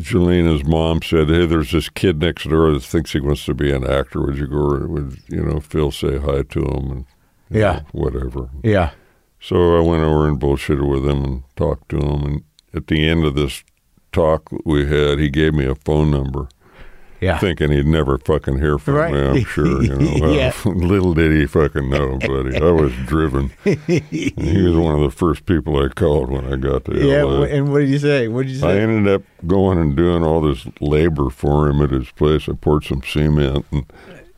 Jelena's mom said, "Hey, there's this kid next door that thinks he wants to be an actor. Would you go? Would you know? Phil say hi to him and you
Yeah.
know, whatever."
Yeah.
So I went over and bullshitted with him and talked to him. And at the end of this talk we had, he gave me a phone number,
Yeah.
thinking he'd never fucking hear from
Right.
me. I'm sure, you know.
Yeah.
Little did he fucking know, buddy. I was driven. And he was one of the first people I called when I got to
Yeah.
LA.
wh- And what did you say? What did you
I
say?
ended up going and doing all this labor for him at his place. I poured some cement and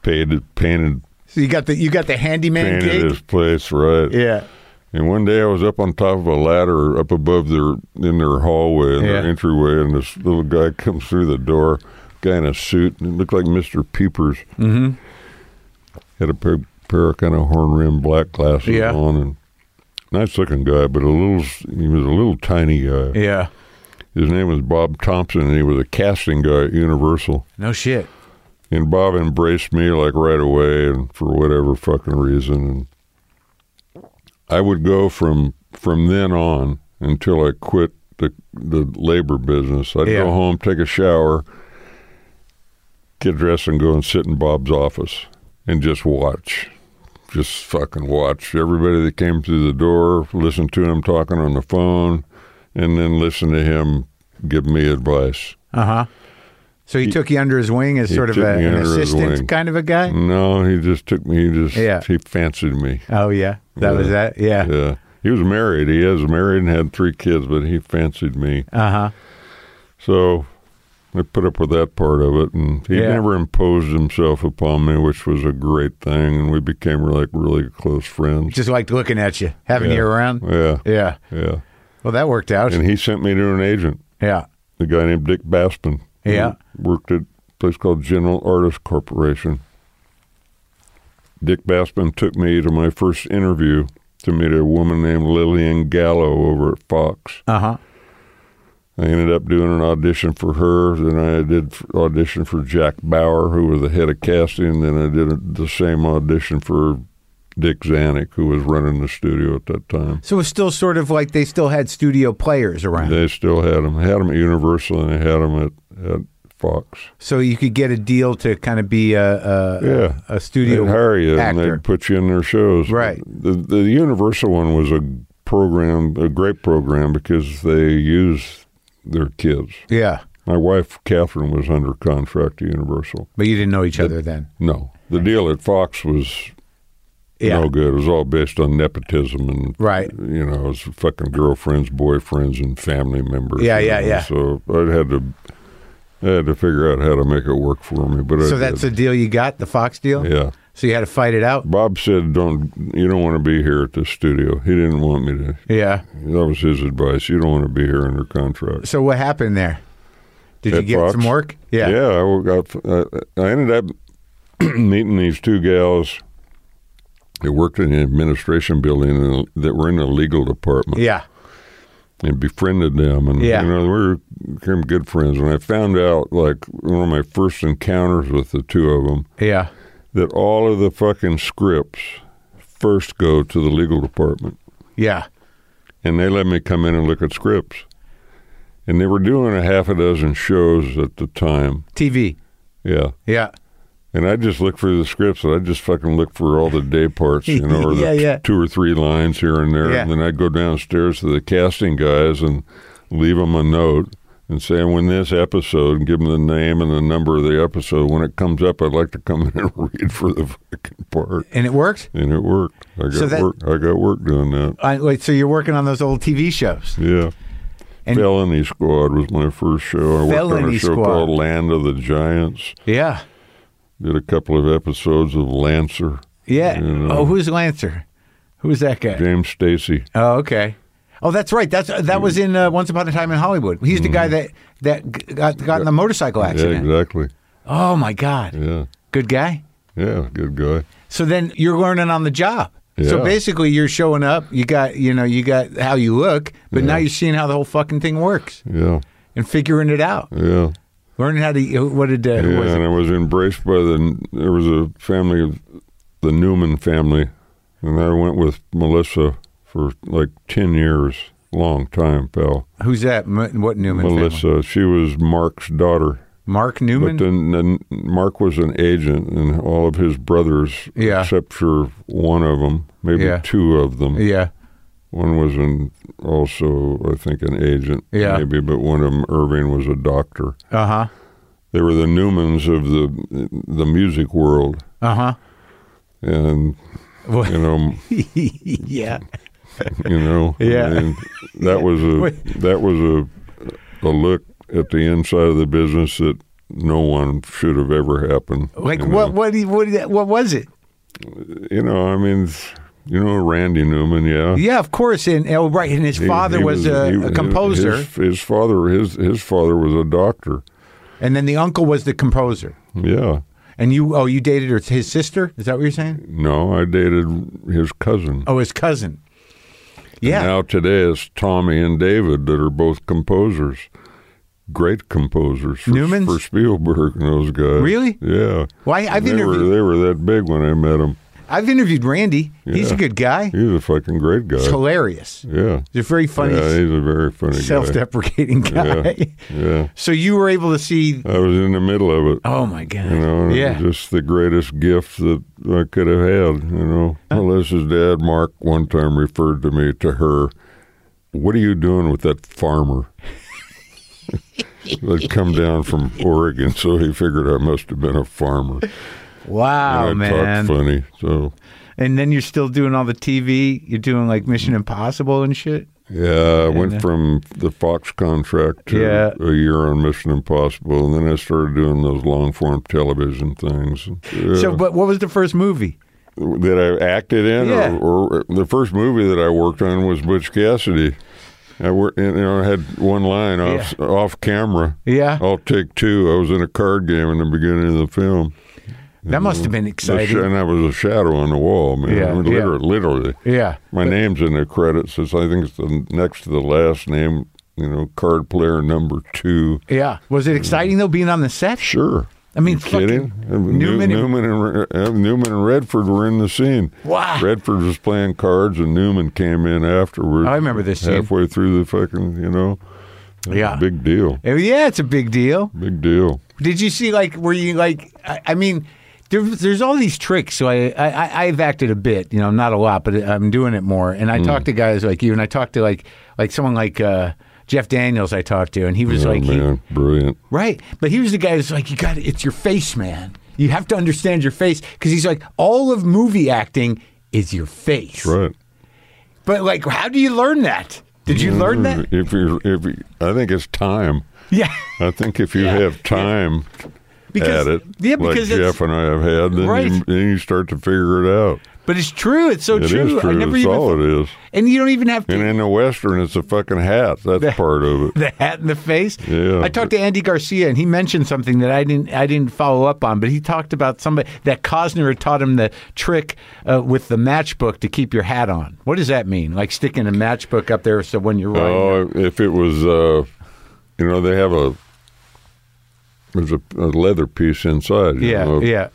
painted painted
so you got the you got the handyman
painted
gig.
his place right.
Yeah.
And one day I was up on top of a ladder up above their in their hallway in their
Yeah.
entryway, and this little guy comes through the door, guy in a suit, and it looked like Mister Peepers. Mm-hmm. Had a pair, pair of kind of horn rimmed black glasses
Yeah.
on, and nice looking guy, but a little he was a little tiny guy.
Yeah.
His name was Bob Thompson, and he was a casting guy at Universal.
No shit.
And Bob embraced me like right away, and for whatever fucking reason, and I would go from from then on until I quit the the labor business. I'd
Yeah.
go home, take a shower, get dressed, and go and sit in Bob's office and just watch, just fucking watch everybody that came through the door, listen to him talking on the phone, and then listen to him give me advice.
Uh huh. So he, took you under his wing as
he
sort of
took
a,
me
an
under his wing. Mm-hmm.
assistant kind of a guy.
No, he just took me. He just
Yeah.
he fancied me.
Oh yeah, that was
Yeah.
that. Yeah.
Yeah, he was married. He is married and had three kids, but he fancied me.
Uh huh.
So I put up with that part of it, and he
Yeah.
never imposed himself upon me, which was a great thing. And we became like really close friends.
Just liked looking at you, having
Yeah.
you around.
yeah,
Yeah.
yeah.
Well, that worked out.
And he sent me to an agent,
yeah.
a guy named Dick Baspin. who
Yeah.
worked at a place called General Artist Corporation. Dick Baspin took me to my first interview to meet a woman named Lillian Gallo over at Fox.
Uh huh.
I ended up doing an audition for her. Then I did f- audition for Jack Bauer, who was the head of casting. Then I did a, the same audition for Dick Zanuck, who was running the studio at that time.
So it's still sort of like they still had studio players around,
They still had him. Had him at Universal, and they had him at, at Fox.
so you could get a deal to kind of be a a,
Yeah.
a studio
they'd hire you and
actor.
they'd put you in their shows.
Right.
The the Universal one was a program, a great program because they used their kids.
yeah,
My wife Catherine was under contract to Universal.
but you didn't know each other then.
No, the deal at Fox was
Yeah.
no good. It was all based on nepotism and
Right.
You know, it was fucking girlfriends, boyfriends, and family members.
Yeah,
you
yeah,
know,
yeah.
So I had to. I had to figure out how to make it work for me, but I
So that's the
did.
deal you got, the Fox deal.
yeah.
So you had to fight it out.
Bob said, "Don't you don't want to be here at the studio." He didn't want me to.
Yeah.
That was his advice. You don't want to be here under contract.
So what happened there? Did you
At
get
Fox?
some work? Yeah.
yeah. I wo- got. I- I ended up meeting these two gals. that worked in the administration building and that were in the legal department.
Yeah.
and befriended them, and
Yeah.
you know we became good friends. And I found out like one of my first encounters with the two of them
Yeah.
that all of the fucking scripts first go to the legal department.
Yeah.
and they let me come in and look at scripts. And they were doing a half a dozen shows at the time.
TV.
Yeah.
Yeah.
And I just looked for the scripts and I just fucking looked for all the day parts, you know, or
Yeah,
the t-
yeah.
two or three lines here and there.
Yeah.
And then I'd go downstairs to the casting guys and leave them a note and say, when this episode, and give them the name and the number of the episode. When it comes up, I'd like to come in and read for the fucking part.
And it worked?
And it worked. I got
So that-
work. I got work doing that.
I, wait, so you're working on those old TV shows.
Yeah.
And-
Felony Squad was my first show. I worked on
Felony
a show
Squad.
called Land of the Giants.
Yeah.
Did a couple of episodes of Lancer.
Yeah.
You know.
Oh, who's Lancer? Who's that guy?
James Stacy.
Oh, okay. Oh, that's right. That's that
Hmm.
was in uh, Once Upon a Time in Hollywood. He's the guy that that g- got, got in the motorcycle
Yeah,
accident.
exactly.
Oh my God,
Yeah.
good guy.
Yeah, good guy.
So then you're learning on the job. So
Yeah.
basically, you're showing up. You got you know you got how you look, but now you're seeing how the whole fucking thing works
Yeah.
and figuring it out,
Yeah.
learning how to what did uh,
Yeah,
who was
and
it?
I was embraced by the there was a family of the Newman family and I went with Melissa for like 10 years. long time pal.
Who's that? M- what Newman? family?
Melissa, she was Mark's daughter.
Mark
But
Newman.
then, then Mark was an agent, and all of his brothers,
Yeah.
except for one of them, maybe
Yeah.
two of them.
yeah.
One was an also, I think, an agent,
Yeah.
maybe, but one of them, Irving, was a doctor.
Uh huh.
They were the Newmans of the the music world,
Uh
and
huh.
you know,
yeah.
you know,
Yeah.
and that was a
Wait.
that was a a look at the inside of the business that no one should have ever happened.
Like
you
what?
know.
What? he- What? What was it?
you know, I mean, you know, Randy Newman, yeah.
Yeah, of course. And oh, right. And his
He-
father
he
was, a,
he-
a composer,
His, his father, his his father was a doctor.
and then the uncle was the composer.
Yeah.
And you? Oh, you dated her, his sister? Is that what you're saying?
No, I dated his cousin.
Oh, his cousin. Oh, Yeah.
Now today it's Tommy and David that are both composers, great composers. For,
Newmans?
for Spielberg and those guys.
Really?
Yeah.
Well, I- I've
they
interviewed-
Were, they were that big when I met him.
I've interviewed Randy. He's a
Yeah.
good guy.
He's a fucking great guy.
He's hilarious.
yeah.
He's a very funny,
Yeah, he's a very funny guy.
self-deprecating guy.
Yeah.
So you were able to see.
I was in the middle of it.
Oh my god!
You know, and it
yeah.
was just the greatest gift that I could have had. You know, Melissa's dad, Mark, one time referred to me to her. What are you doing with that farmer? They'd come down from Oregon, so he figured I must have been a farmer.
wow,
and I
Oh, man.
talked funny, so
And then you're still doing all the TV. You're doing like Mission Impossible and shit.
yeah. I went from the Fox contract to
Yeah.
a year on Mission Impossible, and then I started doing those long form television things. Yeah.
So, but what was the first movie?
that I acted in,
Yeah.
or, or the first movie that I worked on was Butch Cassidy. I worked, you know, I had one line off off camera.
Yeah.
I'll take two. I was in a card game in the beginning of the film.
That must have been
The sh-
exciting.
and I was a shadow on the wall, man.
Yeah,
I mean,
yeah.
literally, literally.
yeah.
My name's in the credits. It's, I think it's the next to the last name. You know, card player number two.
Yeah. Was it exciting though being on the set?
Sure.
I mean,
You kidding?
fucking
I mean, New-
Newman and-
Newman, and, Re- uh, Newman and Redford were in the scene.
Wow.
Redford was playing cards, and Newman came in afterwards.
I remember this scene.
Halfway through the fucking, you know. Uh,
Yeah.
Big deal.
Oh, Yeah, it's a big deal.
Big deal.
Did you see like were you like I, I mean there, there's all these tricks. So I, I I've acted a bit, you know, not a lot, but I'm doing it more. And
Hmm.
I talk to guys like you, and I talk to like like someone like uh, Jeff Daniels. I talked to, and he was
Oh,
like, he,
man. Brilliant.
right, but he was the guy that's like, you got it's your face, man. You have to understand your face because he's like all of movie acting is your face.
Right.
But like, how do you learn that? Did you learn that?
Mm-hmm. If you, if you, I think it's time.
Yeah.
I think if you have time
Because-
at it,
yeah,
like
because it's-
Jeff and I have had, then, you,
Right.
then you start to figure it out.
But it's true. It's so
It is
true. I
true.
never
That's
even
all it is.
and you don't even have to
And in the Western, it's a fucking hat. That's part of it.
the hat in the face.
Yeah.
I talked to Andy Garcia and he mentioned something that I didn't I didn't follow up on, but he talked about somebody that Cosner had taught him the trick uh, with the matchbook to keep your hat on. What does that mean? Like sticking a matchbook up there so when you're riding.
Oh, if it was, uh, you know, they have a there's a, a leather piece inside. you
yeah,
know,
yeah,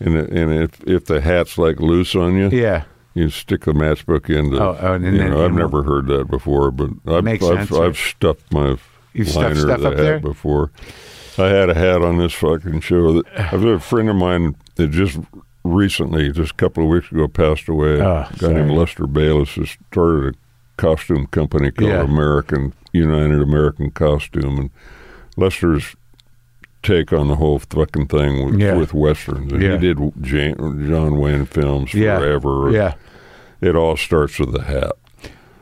And it- and if if the hat's like loose on you,
yeah.
you stick the matchbook into.
Oh, oh, and
you
then-
know, I've
and-
never heard that before, but I've
Makes
I've,
sense,
I've,
right?
stuffed my
You've stuffed
liner of
stuff
the
up
hat
there?
before. I had a hat on this fucking show. That, I've got a friend of mine that just recently, just a couple of weeks ago, passed away.
Ah,
a guy named Lester Bayless has started a costume company called
Yeah.
American United American Costume, and Lester's take on the whole fucking thing with,
Yeah.
with westerns. And
Yeah.
He did Jan, John Wayne films
Yeah.
forever.
Yeah.
It all starts with the hat.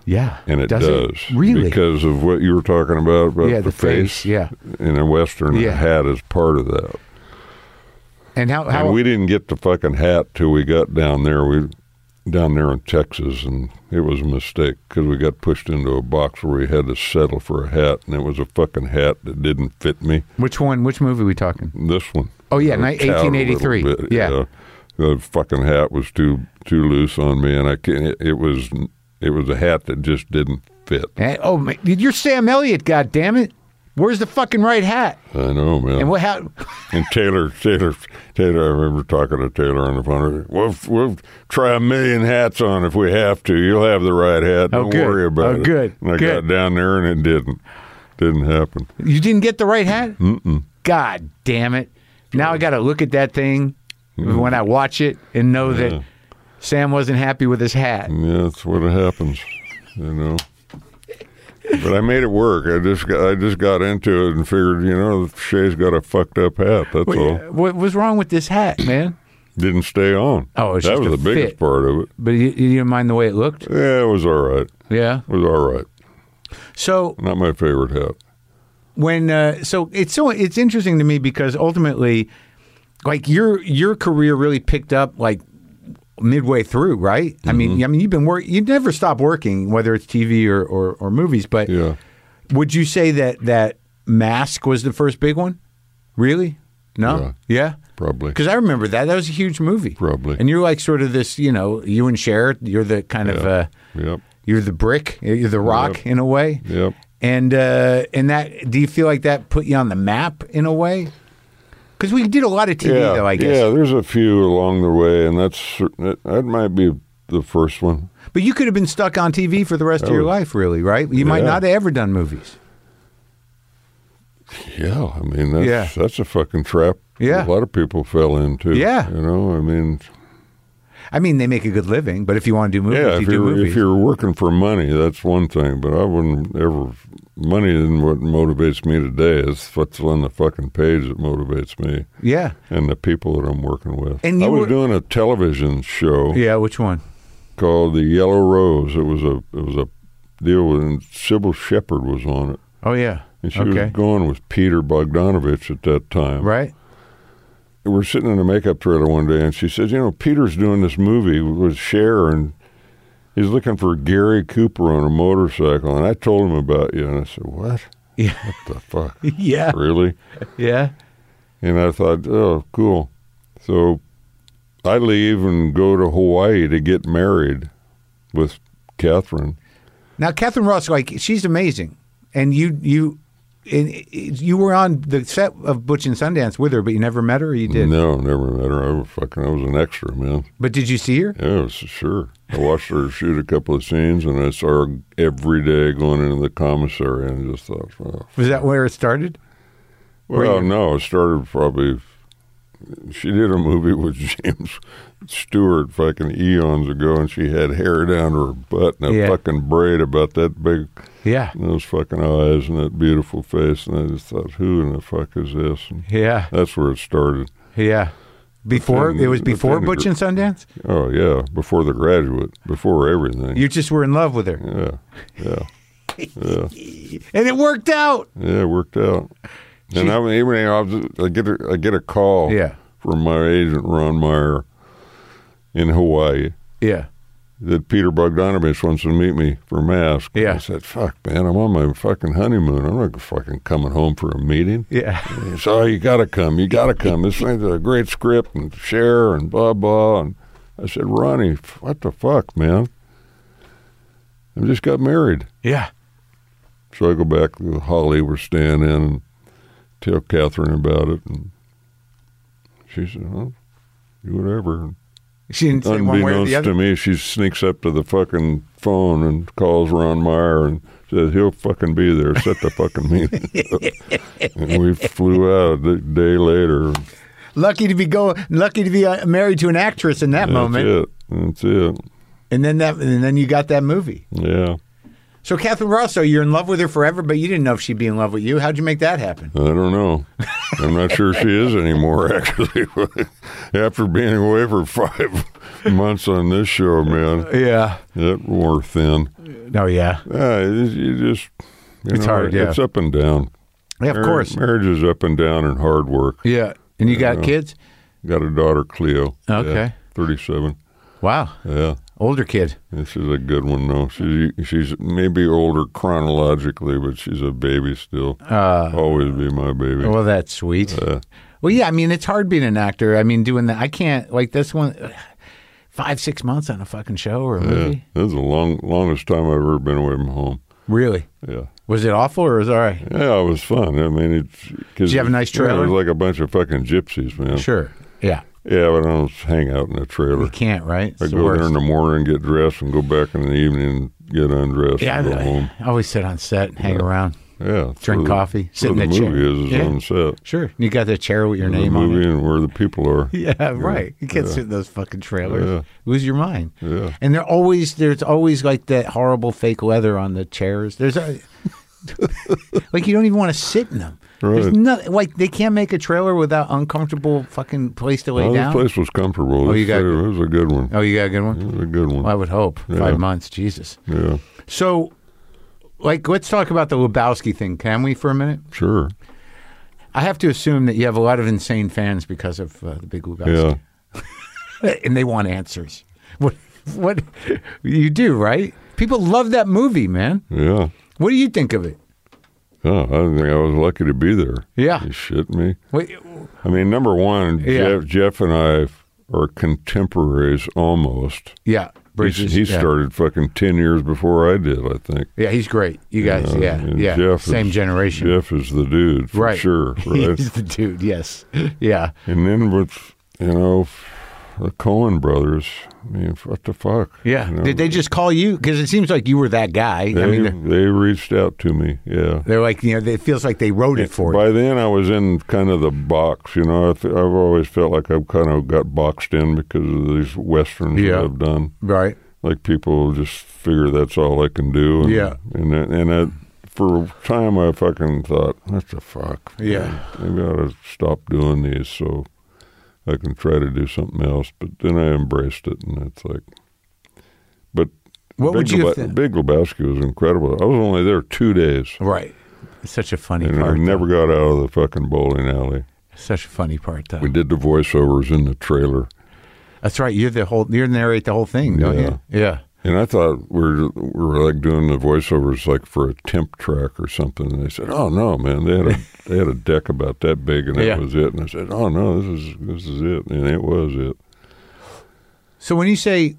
Yeah.
And it
does.
does.
it? Really?
Because of what you were talking about, about
Yeah,
the,
the face, yeah.
In a Western,
Yeah.
the hat is part of that.
and how how
and we didn't get the fucking hat till we got down there. We down there in Texas, and it was a mistake because we got pushed into a box where we had to settle for a hat, and it was a fucking hat that didn't fit me.
which one which movie are we talking?
This one.
Oh, yeah,
I
ni-
cowed a little
1883.
bit,
Yeah.
The fucking hat was too too loose on me, and I can't. It, it was it was a hat that just didn't fit.
Eh, oh, my, you're Sam Elliott, God damn it! Where's the fucking right hat?
I know, man.
And what how
And Taylor, Taylor, Taylor, I remember talking to Taylor on the phone. We'll, we'll try a million hats on if we have to. You'll have the right hat. Don't
good.
worry about
Oh,
it.
good.
And I
Good.
got down there and it didn't. Didn't happen.
you didn't get the right hat? Mm-mm. God damn it. Now I got to look at that thing when I watch it and know that Sam wasn't happy with his hat.
Yeah, that's what happens, you know. But I made it work. I just got, I just got into it and figured, you know, Shay's got a fucked up hat. That's all.
What was wrong with this hat, man?
Didn't stay on.
Oh, it's
that
just
was
a
the biggest
fit.
part of it.
But you, you didn't mind the way it looked?
Yeah, it was all right.
Yeah.
It was all right.
So
Not my favorite hat.
when uh, so it's so it's interesting to me because ultimately like your your career really picked up like midway through right i
Mm-hmm.
mean i mean you've been work you never stop working whether it's tv or or, or movies but
Yeah.
would you say that that mask was the first big one really no yeah
Probably.
because i remember that that was a huge movie
Probably.
and you're like sort of this you know you and Cher you're the kind of uh
Yep.
you're the brick you're the rock in a way
Yep.
and uh, and that do you feel like that put you on the map in a way? Because we did a lot of TV though, I guess.
Yeah, there's a few along the way, and that's cer- that, that might be the first one.
But you could have been stuck on TV for the rest of your
was-
life, really, right? You might
Oh. Yeah.
not have ever done movies.
Yeah, I mean that's
Yeah.
that's a fucking trap.
Yeah.
a lot of people fell into.
Yeah.
you know, I mean,
I mean, they make a good living, but if you want to do movies,
yeah,
you
if
do
you're if
movies.
you're working for money, that's one thing. But I wouldn't ever. Money isn't what motivates me today. It's what's on the fucking page that motivates me,
Yeah,
and the people that I'm working with.
And
I
you
was
were-
doing a television show.
yeah. Which one?
called the Yellow Rose. It was a it was a deal with and Sybil Shepherd was on it,
Oh yeah.
and she
okay.
was going with Peter Bogdanovich at that time.
Right.
We were sitting in a makeup trailer one day, and she said, "You know, Peter's doing this movie with Cher, and he's looking for Gary Cooper on a motorcycle." And I told him about you, and I said, "What?
Yeah.
What the fuck?
yeah.
really?"
Yeah.
And I thought, "Oh, cool." So I leave and go to Hawaii to get married with Catherine.
Now, Catherine Ross, like she's amazing, and you you. And it- you were on the set of Butch and Sundance with her, but you never met her. Or you did,
No, never met her. I was fucking. I was an extra, man.
but did you see her?
Yeah, it was- sure. I watched her shoot a couple of scenes, and I saw her every day going into the commissary, and I just thought, well,
Was that where it started? Were
well
you-
no, it started probably. She did a movie with James Stewart fucking eons ago, and she had hair down to her butt and a
Yeah.
fucking braid about that big,
Yeah,
and those fucking eyes and that beautiful face, and I just thought, who in the fuck is this? And
yeah.
that's where it started.
Yeah. Before
Within-
it was before
within the
Butch
gr-
and Sundance,
Oh yeah, before the graduate, before everything.
you just were in love with her,
Yeah, yeah,
and it worked out.
yeah. It worked out. And I mean, even I, was, I get a, I get a call
Yeah.
from my agent Ron Meyer in Hawaii
Yeah,
that Peter Bogdanovich wants to meet me for mask.
Yeah.
I said, "Fuck, man, I'm on my fucking honeymoon. I'm not fucking coming home for a meeting."
yeah,
And he said, "Oh, you gotta come. You gotta come. This thing's a great script and share and blah blah." And I said, "Ronnie, f- what the fuck, man? I just got married."
yeah.
So I go back to Holly, we're staying in, and tell Catherine about it. And she said, well, do whatever.
She didn't say one way or
Unbeknownst
the
to
other.
me, she sneaks up to the fucking phone and calls Ron Meyer and says, he'll fucking be there. Set the fucking meeting. up." and we flew out a day later.
Lucky to be go, lucky to be uh, married to an actress in that
That's
moment,
it. That's it.
and then that, and then you got that movie.
Yeah.
So Catherine Rosso, you're in love with her forever, but you didn't know if she'd be in love with you. How'd you make that happen?
I don't know. I'm not sure she is anymore, actually. After being away for five months on this show, man,
Yeah.
that wore thin.
No. Oh, Yeah.
Uh, you just, you
It's
know,
hard, yeah.
It's up and down.
Yeah. Of
Mar-
course.
Marriage is up and down and hard work.
Yeah. And you got kids?
Got a daughter, Cleo. Yeah,
Okay.
37.
Wow.
Yeah.
Older kid.
This is a good one, though. She, she's maybe older chronologically, but she's a baby still. Always be my baby.
Uh, Oh, Well, that's sweet.
Uh.
well, yeah, I mean, it's hard being an actor. I mean, doing that, I can't, like, this one, five, six months on a fucking show or a
Yeah,
movie.
this is the long, longest time I've ever been away from home.
Really?
Yeah.
Was it awful or was it all right?
Yeah, it was fun. I mean, it's. Cause
Did you have a nice
yeah,
trailer?
it was like a bunch of fucking gypsies, man.
Sure. Yeah.
Yeah, but I don't hang out in a trailer.
You can't, right? It's
I
the
go there
worst.
in the morning, get dressed, and go back in the evening, and get undressed,
yeah,
and go home.
I, I always sit on set and hang around.
Yeah, that's
Drink
where the-
coffee, sit in
where the
a chair.
movie is is
Yeah.
on set.
Sure. You got that chair with your
The
name on
movie
it.
and where the people are.
Yeah, right. You can't sit in those fucking trailers.
Yeah.
Lose your mind.
Yeah.
And they're always there's always like that horrible fake leather on the chairs. There's a, like you don't even want to sit in them. There's
Right.
nothing like they can't make a trailer without uncomfortable fucking place to lay
Oh, this
down.
place was comfortable.
Oh,
This
you got-
theater- it was a good one.
Oh, you got a good one.
It was a good one.
Well, I would hope
Yeah.
five months. Jesus.
yeah,
So, like, let's talk about the Lebowski thing, can we, for a minute?
sure.
I have to assume that you have a lot of insane fans because of uh, the Big Lebowski, and they want answers. What? What? You do right? People love that movie, man.
Yeah, yeah.
What do you think of it?
Oh, I didn't think I was lucky to be there.
Yeah.
You shit me.
What,
I mean, number one,
Yeah.
Jeff, Jeff and I are contemporaries almost.
yeah,
He's-
Bridges.
he
yeah.
started fucking 10 years before I did, I think.
Yeah, he's great. You guys,
Uh,
yeah,
and
yeah,
Jeff
same
is-
generation.
Jeff is the dude, for
Right.
sure. Right.
he's the dude. Yes, yeah.
and then with, you know, the Cohen brothers. I mean, what the fuck?
Yeah.
You know,
Did they just call you? Because it seems like you were that guy.
They,
I mean, they're,
they reached out to me. Yeah.
they're like, you know, it feels like they wrote it for you.
By then, I was in kind of the box. You know, I th- I've always felt like I've kind of got boxed in because of these westerns
Yeah.
that I've done.
Right.
Like people just figure that's all I can do. And,
Yeah.
And that- and that for a time, I fucking thought, what the fuck?
Yeah.
Maybe I ought to stop doing these so I can try to do something else. But then I embraced it, and it's like, but.
What
Big
would you
Lebo-
have thi-
Big Lebowski was incredible. I was only there two days.
Right. It's such a funny
And I
part.
never got out of the fucking bowling alley.
Such a funny part, though.
We did the voiceovers in the trailer,
That's right. You're the whole. You narrate the whole thing, don't
Yeah.
you? Yeah.
and I thought we were we were like doing the voiceovers like for a temp track or something. And they said, "Oh no, man! They had a they had a deck about that big, and that
Yeah.
was it." And I said, "Oh no, this is this is it," and it was it.
So when you say,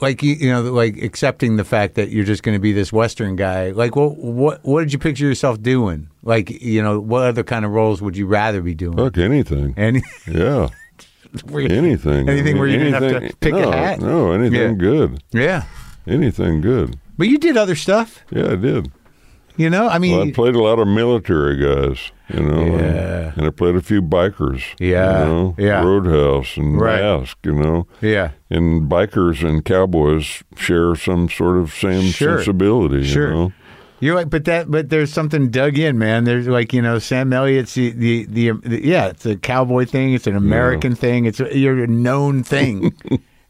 like you, you know, like accepting the fact that you're just going to be this Western guy, like what what what did you picture yourself doing? Like you know, what other kind of roles would you rather be doing?
Fuck anything,
Any,
yeah,
were you-
anything,
Anything where you didn't have to pick a
no,
hat?
No, anything
Yeah.
good,
yeah.
anything good.
But you did other stuff,
Yeah, I did.
you know. I mean,
Well, I played a lot of military guys, you know, and-
Yeah.
and, I played a few bikers,
Yeah,
you know,
yeah.
Roadhouse and
Right.
Mask, you know,
yeah,
and bikers and cowboys share some sort of same
Sure.
sensibility,
Sure.
you know.
You're like, but that, but there's something dug in, man. There's like, you know, Sam Elliott's the, the, the, the yeah, it's a cowboy thing. It's an American thing. It's a, you're a known thing,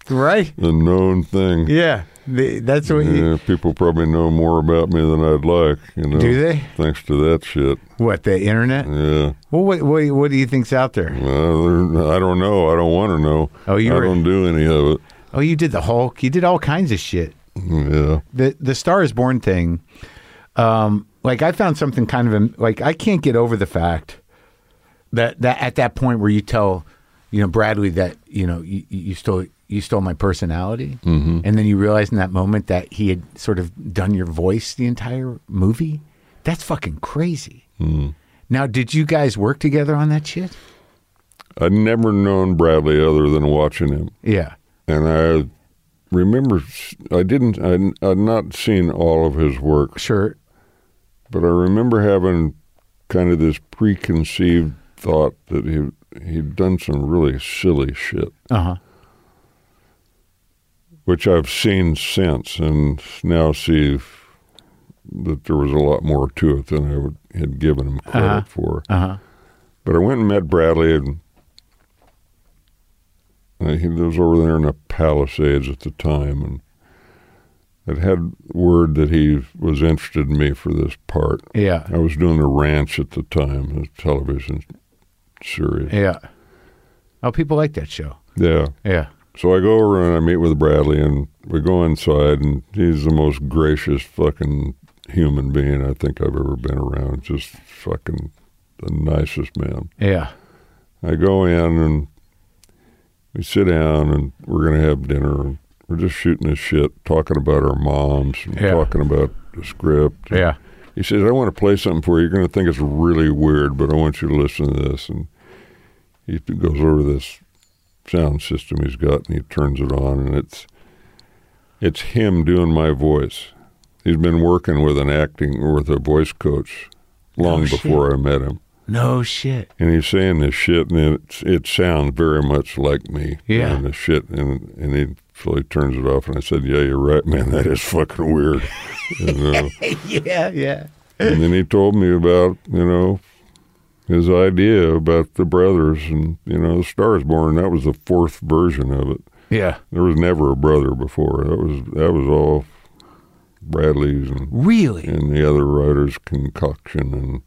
right?
The known thing.
Yeah, the, that's what. You,
Yeah, people probably know more about me than I'd like, you know.
Do they?
Thanks to that shit.
what the internet?
Yeah.
Well, what, what what do you think's out there?
Well, there- I don't know. I don't want to know.
Oh, you
I
were-
don't do any of it.
Oh, you did the Hulk. You did all kinds of shit.
Yeah.
The the Star Is Born thing. Um, like I found something kind of like I can't get over the fact that that at that point where you tell you know Bradley that you know you, you stole you stole my personality, and then you realize in that moment that he had sort of done your voice the entire movie. That's fucking crazy. Now, did you guys work together on that shit?
I'd never known Bradley other than watching him.
Yeah.
and I remember s- I didn't I, I'd not seen all of his work,
Sure.
but I remember having kind of this preconceived thought that he he'd done some really silly shit,
Uh huh.
which I've seen since and now see f- that there was a lot more to it than I would, had given him credit
Uh-huh.
for.
Uh huh.
But I went and met Bradley and. uh, He lives over there in the Palisades at the time, and I'd had word that he was interested in me for this part.
Yeah.
I was doing the ranch at the time, a television series.
Yeah. Oh, people like that show.
Yeah.
Yeah.
So I go over and I meet with Bradley, and we go inside, and he's the most gracious fucking human being I think I've ever been around. Just fucking the nicest man.
Yeah.
I go in and we sit down and we're gonna have dinner and we're just shooting this shit, talking about our moms and
Yeah.
talking about the script.
Yeah.
He says, I want to play something for you. You're going to think it's really weird, but I want you to listen to this. And he goes over this sound system he's got and he turns it on, and it's it's him doing my voice. He's been working with an acting with a voice coach long
Oh, shit.
before I met him,
No shit.
and he's saying this shit, and it it sounds very much like me.
Yeah.
and this shit, and and he so he turns it off, and I said, Yeah, you're right, man. That is fucking weird. And, uh,
yeah, yeah.
and then he told me about you know his idea about the brothers and you know the stars born that was the fourth version of it
Yeah.
there was never a brother before that was that was all bradley's and
Really?
and the other writers concoction and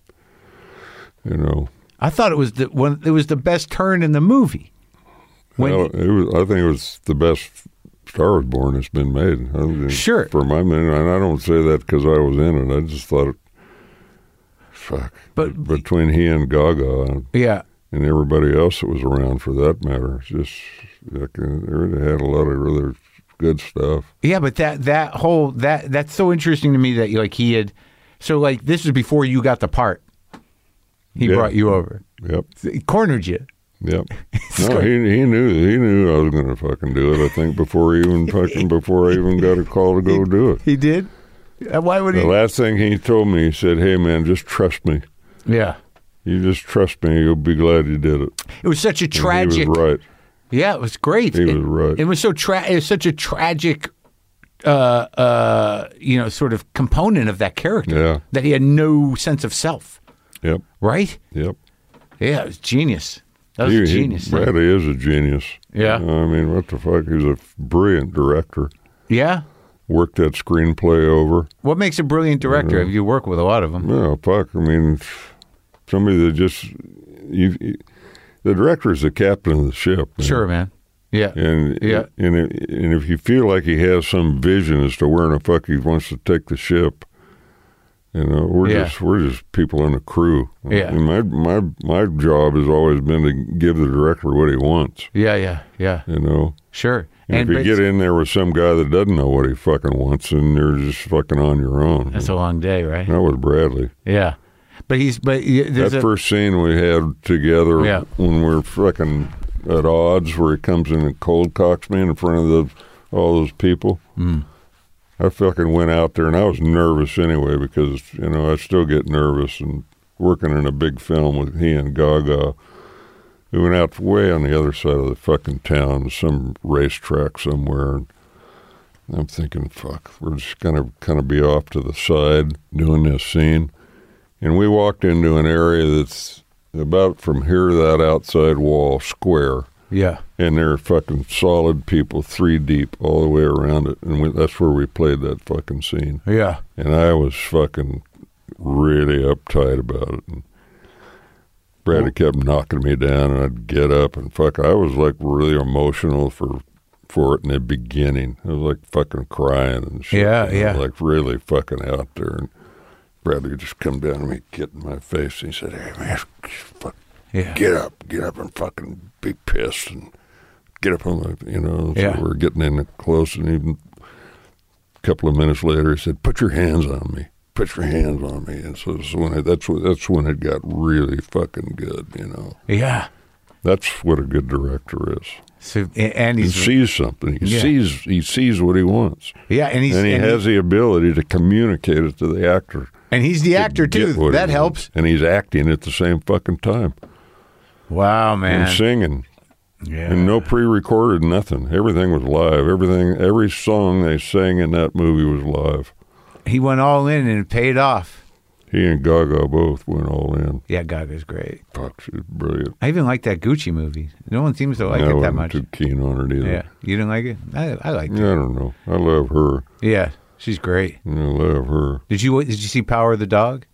you know
I thought it was the one. It was the best turn in the movie. When
well, it was, i think it was the best Star was born that's been made. I don't think-
Sure.
For my minute, and I don't say that because I was in it. I just thought, it, fuck.
But-
between he and Gaga,
yeah,
and everybody else that was around for that matter. It's Just like, uh, they really had a lot of really good stuff.
yeah. But that that whole that that's so interesting to me that like he had. So like this was before you got the part. He
Yeah.
brought you over,
Yep,
He cornered you.
yep. no, he he knew he knew I was going to fucking do it. I think before he even fucking before I even got a call to go do it.
He did. Uh, Why would he?
The last thing he told me, he said, "Hey man, just trust me.
yeah.
You just trust me. You'll be glad you did it."
It was such a
And He
tragic.
was right.
Yeah, it was great.
He
it,
was right.
It was so tra- it was such a tragic uh uh you know sort of component of that character
Yeah.
that he had no sense of self,
Yep,
right?
yep.
Yeah, it was genius. That was
He-
a
he-
genius.
Bradley is a genius.
Yeah.
I mean, what the fuck? He's a brilliant director.
yeah.
Worked that screenplay over.
What makes a brilliant director? If you work with a lot of them.
No, fuck. I mean, somebody that just you, you- the director is the captain of the ship. man.
Sure, man. Yeah.
And
Yeah.
and it- and if you feel like he has some vision as to where in the fuck he wants to take the ship, you know, we're
Yeah.
just we're just people in a crew.
Yeah.
And my my my job has always been to give the director what he wants.
Yeah, yeah, yeah.
You know.
Sure.
And, if you
but
get in there with some guy that doesn't know what he fucking wants, and you're just fucking on your own.
that's a long day, right?
that was Bradley.
Yeah. But he's but y- there's
that
a,
first scene we had together
Yeah.
when we're fucking at odds, where he comes in and cold cocks me in front of the, all those people.
Hmm.
I fucking went out there, and I was nervous anyway because you know I still get nervous and working in a big film with he and Gaga. We went out way on the other side of the fucking town, some racetrack somewhere. And I'm thinking, fuck, we're just gonna kind of be off to the side doing this scene. And we walked into an area that's about from here to that outside wall square.
yeah.
And there are fucking solid people, three deep, all the way around it. And we, that's where we played that fucking scene.
Yeah.
And I was fucking really uptight about it. And Bradley kept knocking me down, and I'd get up and fuck. I was like really emotional for for it in the beginning. I was like fucking crying and shit.
Yeah,
you know,
yeah.
Like really fucking out there. And Bradley just come down to me, get in my face, and he said, "Hey man, fuck,
Yeah.
get up, get up and fucking be pissed and get up on the, you know. So
Yeah.
we're getting in close, and even a couple of minutes later, he said, "Put your hands on me, put your hands on me." And so, so when it, that's when that's when it got really fucking good, you know.
Yeah.
That's what a good director is.
So a- and
He
he's
sees something. He
Yeah.
sees he sees what he wants,
yeah, and he's
and he
and
has the ability to communicate it to the actor.
and he's the
to
actor
get
too.
what he
That
wants.
helps.
and he's acting at the same fucking time
Wow, man.
and singing.
yeah.
And no pre-recorded, nothing. Everything was live. Everything, every song they sang in that movie was live.
he went all in and it paid off.
He and Gaga both went all in.
Yeah, Gaga's great.
Fuck, she's brilliant.
I even like that Gucci movie. No one seems to like
I
it
wasn't
that much.
too keen on it either.
Yeah, you didn't like it. I, I liked it.
Yeah, I don't know. I love her.
Yeah, she's great.
I love her.
Did you did you see Power of the Dog?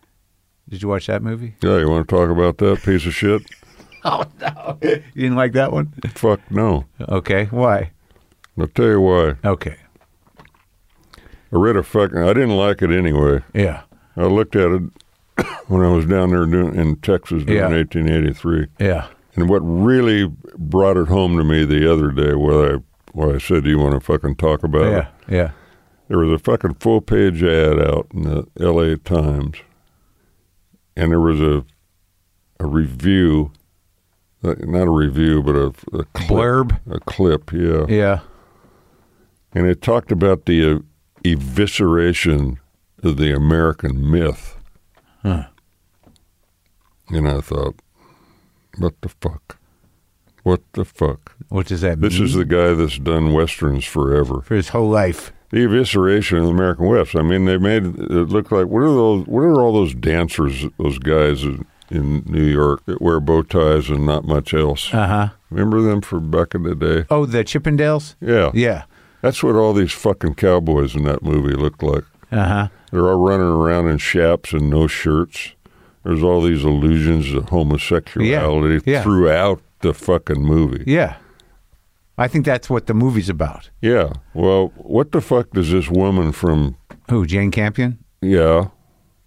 Did you watch that movie?
Yeah, you want to talk about that piece of shit?
Oh no, you didn't like that one.
Fuck no.
Okay, why?
I'll tell you why.
Okay,
I read a fucking. I didn't like it anyway.
yeah,
I looked at it when I was down there doing, in Texas doing
Yeah.
1883.
yeah,
And what really brought it home to me the other day, where I where I said, "Do you want to fucking talk about
yeah,
it?"
yeah,
There was a fucking full page ad out in the LA Times, and there was a a review, uh, not a review, but a, a clip,
Blurb.
a clip, yeah.
Yeah.
And it talked about the uh, evisceration of the American myth. And I thought, what the fuck? What the fuck?
What does that
This
mean?
is the guy that's done westerns forever.
for his whole life.
The evisceration of the American West. I mean, they made it look like what are those? What are all those dancers? Those guys in, in New York that wear bow ties and not much else.
Uh huh.
Remember them from back in the day?
Oh, the Chippendales.
Yeah,
Yeah.
That's what all these fucking cowboys in that movie looked like.
Uh huh.
They're all running around in chaps and no shirts. There's all these allusions to homosexuality
Yeah, yeah.
throughout the fucking movie.
Yeah. I think that's what the movie's about.
Yeah. Well, what the fuck does this woman from
Who? Jane Campion.
Yeah.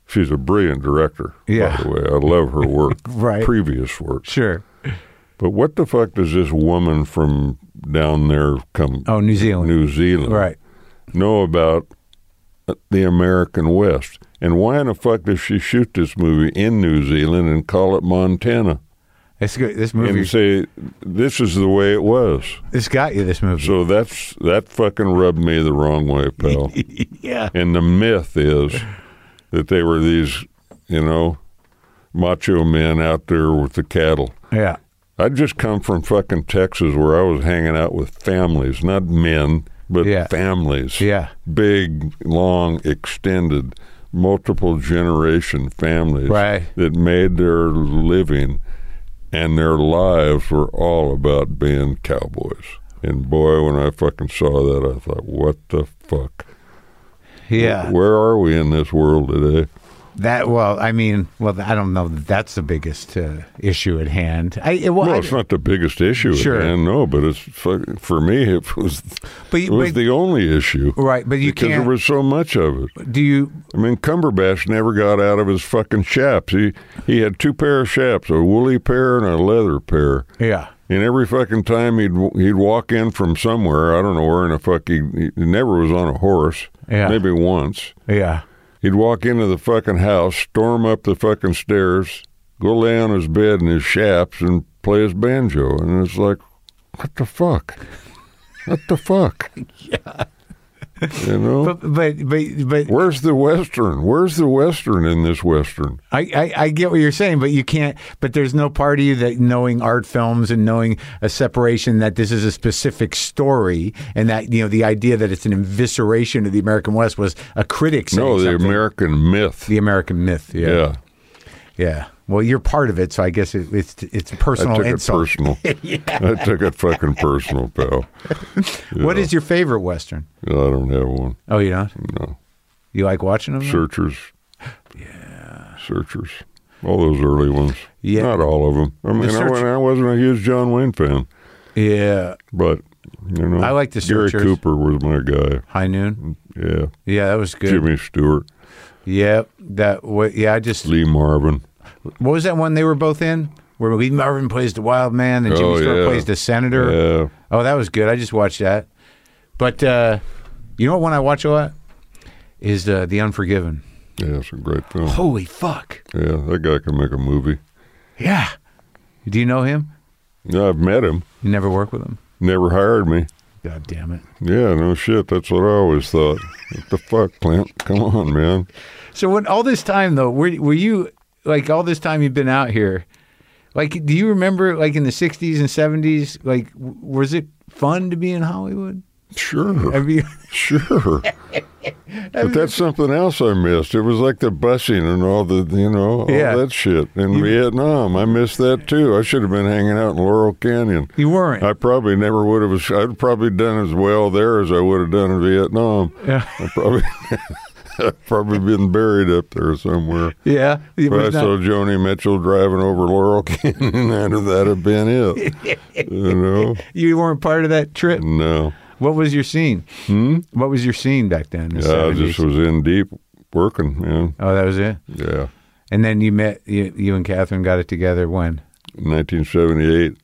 She's a brilliant director,
Yeah.
by the way. I love her work.
Right.
Previous work.
Sure.
But what the fuck does this woman from down there come
Oh, New Zealand.
New Zealand
Right.
know about uh, the American West? And why in the fuck does she shoot this movie in New Zealand and call it Montana?
It's good. This movie.
And say this is the way it was.
This got you. This movie.
So that's that fucking rubbed me the wrong way, pal.
yeah.
And the myth is that they were these, you know, macho men out there with the cattle.
Yeah.
I'd just come from fucking Texas where I was hanging out with families, not men, but
Yeah.
families.
Yeah.
Big, long, extended, multiple generation families
Right.
that made their living and their lives were all about being cowboys. And boy, when I fucking saw that, I thought, what the fuck?
Yeah.
Where are we in this world today?
That. Well, I mean, well, I don't know. That that's the biggest uh, issue at hand. I. it- Well,
Well,
I-
it's not the biggest issue,
Sure.
sure. and no, but it's fuck- for me it was
But-
it was
but-
the only issue,
Right, but you
because
can't-
there was so much of it.
do you?
I mean, Cumberbatch never got out of his fucking chaps. He he had two pair of chaps, a woolly pair and a leather pair.
Yeah.
And every fucking time he'd he'd walk in from somewhere, I don't know where in the fuck he, he never was on a horse.
Yeah.
Maybe once.
Yeah.
He'd walk into the fucking house, storm up the fucking stairs, go lay on his bed in his chaps and play his banjo. And it's like, what the fuck? What the fuck? yeah. You know?
But but but but
Where's the Western? Where's the Western in this Western?
I, I, I get what you're saying, but you can't. But there's no part of you that knowing art films and knowing a separation that this is a specific story, and that you know the idea that it's an evisceration of the American West was a critic saying
No, the
something.
American myth.
the American myth. Yeah, yeah.
yeah.
Well, you're part of it, so I guess it, it's it's a personal
I took
insult.
it personal. I took it fucking personal, pal.
What is your favorite Western?
I don't have one.
Oh, you don't?
No.
You like watching them?
Searchers. Yeah. Searchers. All those early ones.
Yeah.
Not all of them. I mean, I,
Search-
wa- I wasn't a huge John Wayne fan,
Yeah.
but you know,
I like the
Gary
Searchers.
Cooper was my guy.
High Noon.
Yeah.
Yeah, that was good.
Mm. Jimmy Stewart,
Yeah, that. wa- Yeah, I just
Lee Marvin.
What was that one they were both in? Where Lee Marvin plays the wild man and Jimmy
Oh,
Stewart
yeah.
plays the senator.
Yeah.
Oh, that was good. I just watched that. But uh, you know what one I watch a lot is uh, The Unforgiven.
Yeah, it's a great film.
Holy fuck!
Yeah, that guy can make a movie.
Yeah. Do you know him?
Yeah, I've met him.
You never work with him.
Never hired me.
God damn it!
Yeah, no shit. That's what I always thought. what the fuck, Clint? Come on, man.
So when all this time though, were were you like all this time you've been out here? Like, do you remember like in the '60s and '70s? Like, w- was it fun to be in Hollywood?
Sure.
Have you?
Sure. But that's something else I missed. It was like the busing and all the, you know, all
Yeah.
that shit in Vietnam. I missed that too. I should have been hanging out in Laurel Canyon.
You weren't.
I probably never would have. I'd probably done as well there as I would have done in Vietnam.
Yeah.
I probably, I'd probably been buried up there somewhere.
yeah. It
But I
was not-
saw Joni Mitchell driving over Laurel Canyon, and that'd have been it. you know?
You weren't part of that trip.
No.
What was your scene? Hmm? What was your scene back then? in the
Yeah, I just
70s?
was in deep working, man.
oh, that was it.
Yeah.
And then you met you, you and Catherine got it together when?
1978.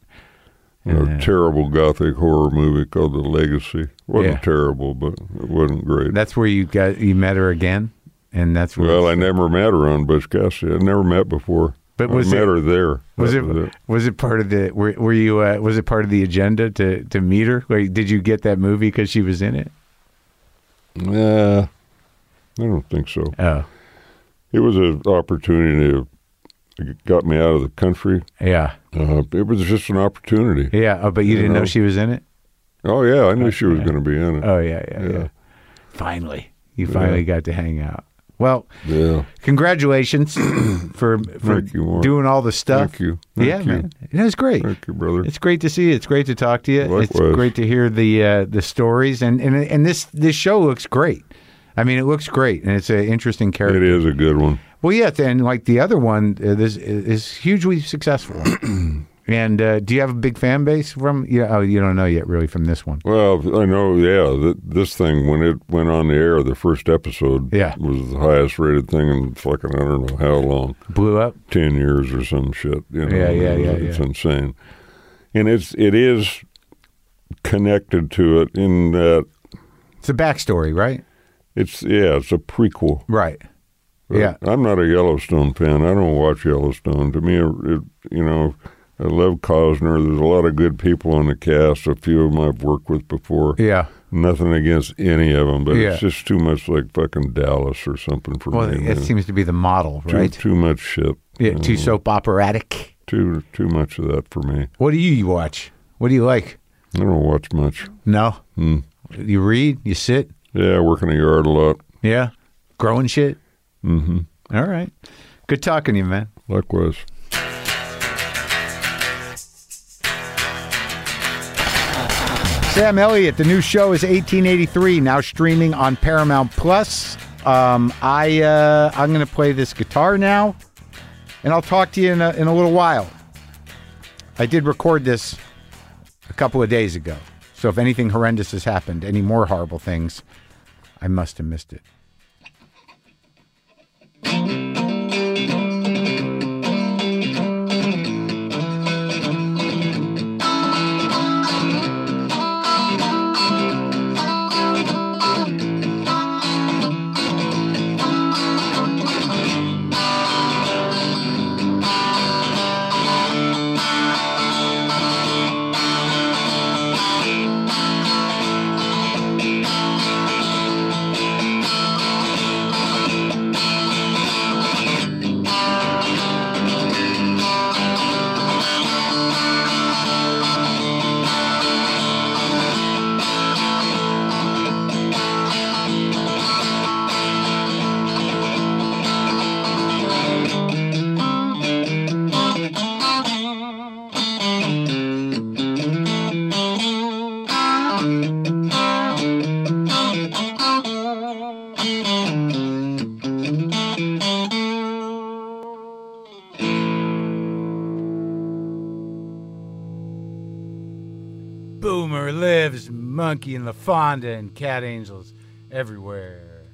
a terrible gothic horror movie called The Legacy. wasn't
Yeah.
terrible, but it wasn't great.
That's where you got you met her again, and that's where
well, I never met her on Bush Cassidy. I never met before.
But
I
was
met
it-
her there.
was
That
it, was it part of the were, were you uh, was it part of the agenda to to meet her? Wait, did you get that movie because she was in it?
Nah, I don't think so.
Oh,
It was an opportunity. It got me out of the country.
yeah,
Uh, it was just an opportunity.
yeah. Oh, but you,
You
didn't know.
know.
she was in it.
Oh yeah, I knew she was going to be in it.
Oh yeah, yeah, yeah.
Yeah.
Finally, you finally got to hang out. Well,
yeah.
congratulations for for
Thank you, Warren.
doing all the stuff.
Thank you. Thank
yeah,
you.
man, it was great.
Thank you, brother.
It's great to see you. It's great to talk to you. It's
Likewise.
great to hear the uh, the stories and, and and this this show looks great. I mean, it looks great, and it's an interesting
It
character.
is a good one.
Well, yeah, and like the other one, uh, this is hugely successful. and uh, do you have a big fan base from? Yeah, oh, you don't know yet, really, from this one.
Well, I know. Yeah, th- this thing when it went on the air, the first episode,
Yeah.
was the highest rated thing in fucking I don't know how long.
Blew up.
ten years or some shit. You know,
Yeah, yeah, yeah,
It's
yeah.
insane, and it's it is connected to it in that
It's a backstory, right?
it's yeah, it's a prequel.
Right.
But
Yeah.
I'm not a Yellowstone fan. I don't watch Yellowstone. To me, it, it- you know, I love Cosner. There's a lot of good people on the cast. A few of them I've worked with before.
Yeah.
Nothing against any of them, but it's
Yeah.
just too much like fucking Dallas or something for
Well,
me.
it
man.
seems to be the model,
too,
right?
too much shit.
yeah,
you
too
know,
soap operatic.
too too much of that for me.
What do you watch? What do you like?
I don't watch much.
No.
Hmm.
You read. You sit.
Yeah, I work in the yard a lot.
Yeah. Growing shit.
Mm-hmm.
All right. Good talking to you, man.
Likewise.
Sam Elliott, the new show is 1883, now streaming on Paramount Plus. Um, I uh, I'm going to play this guitar now, and I'll talk to you in a, in a little while. I did record this a couple of days ago, so if anything horrendous has happened, any more horrible things, I must have missed it. Boomer lives, monkey and La Fonda and cat angels everywhere.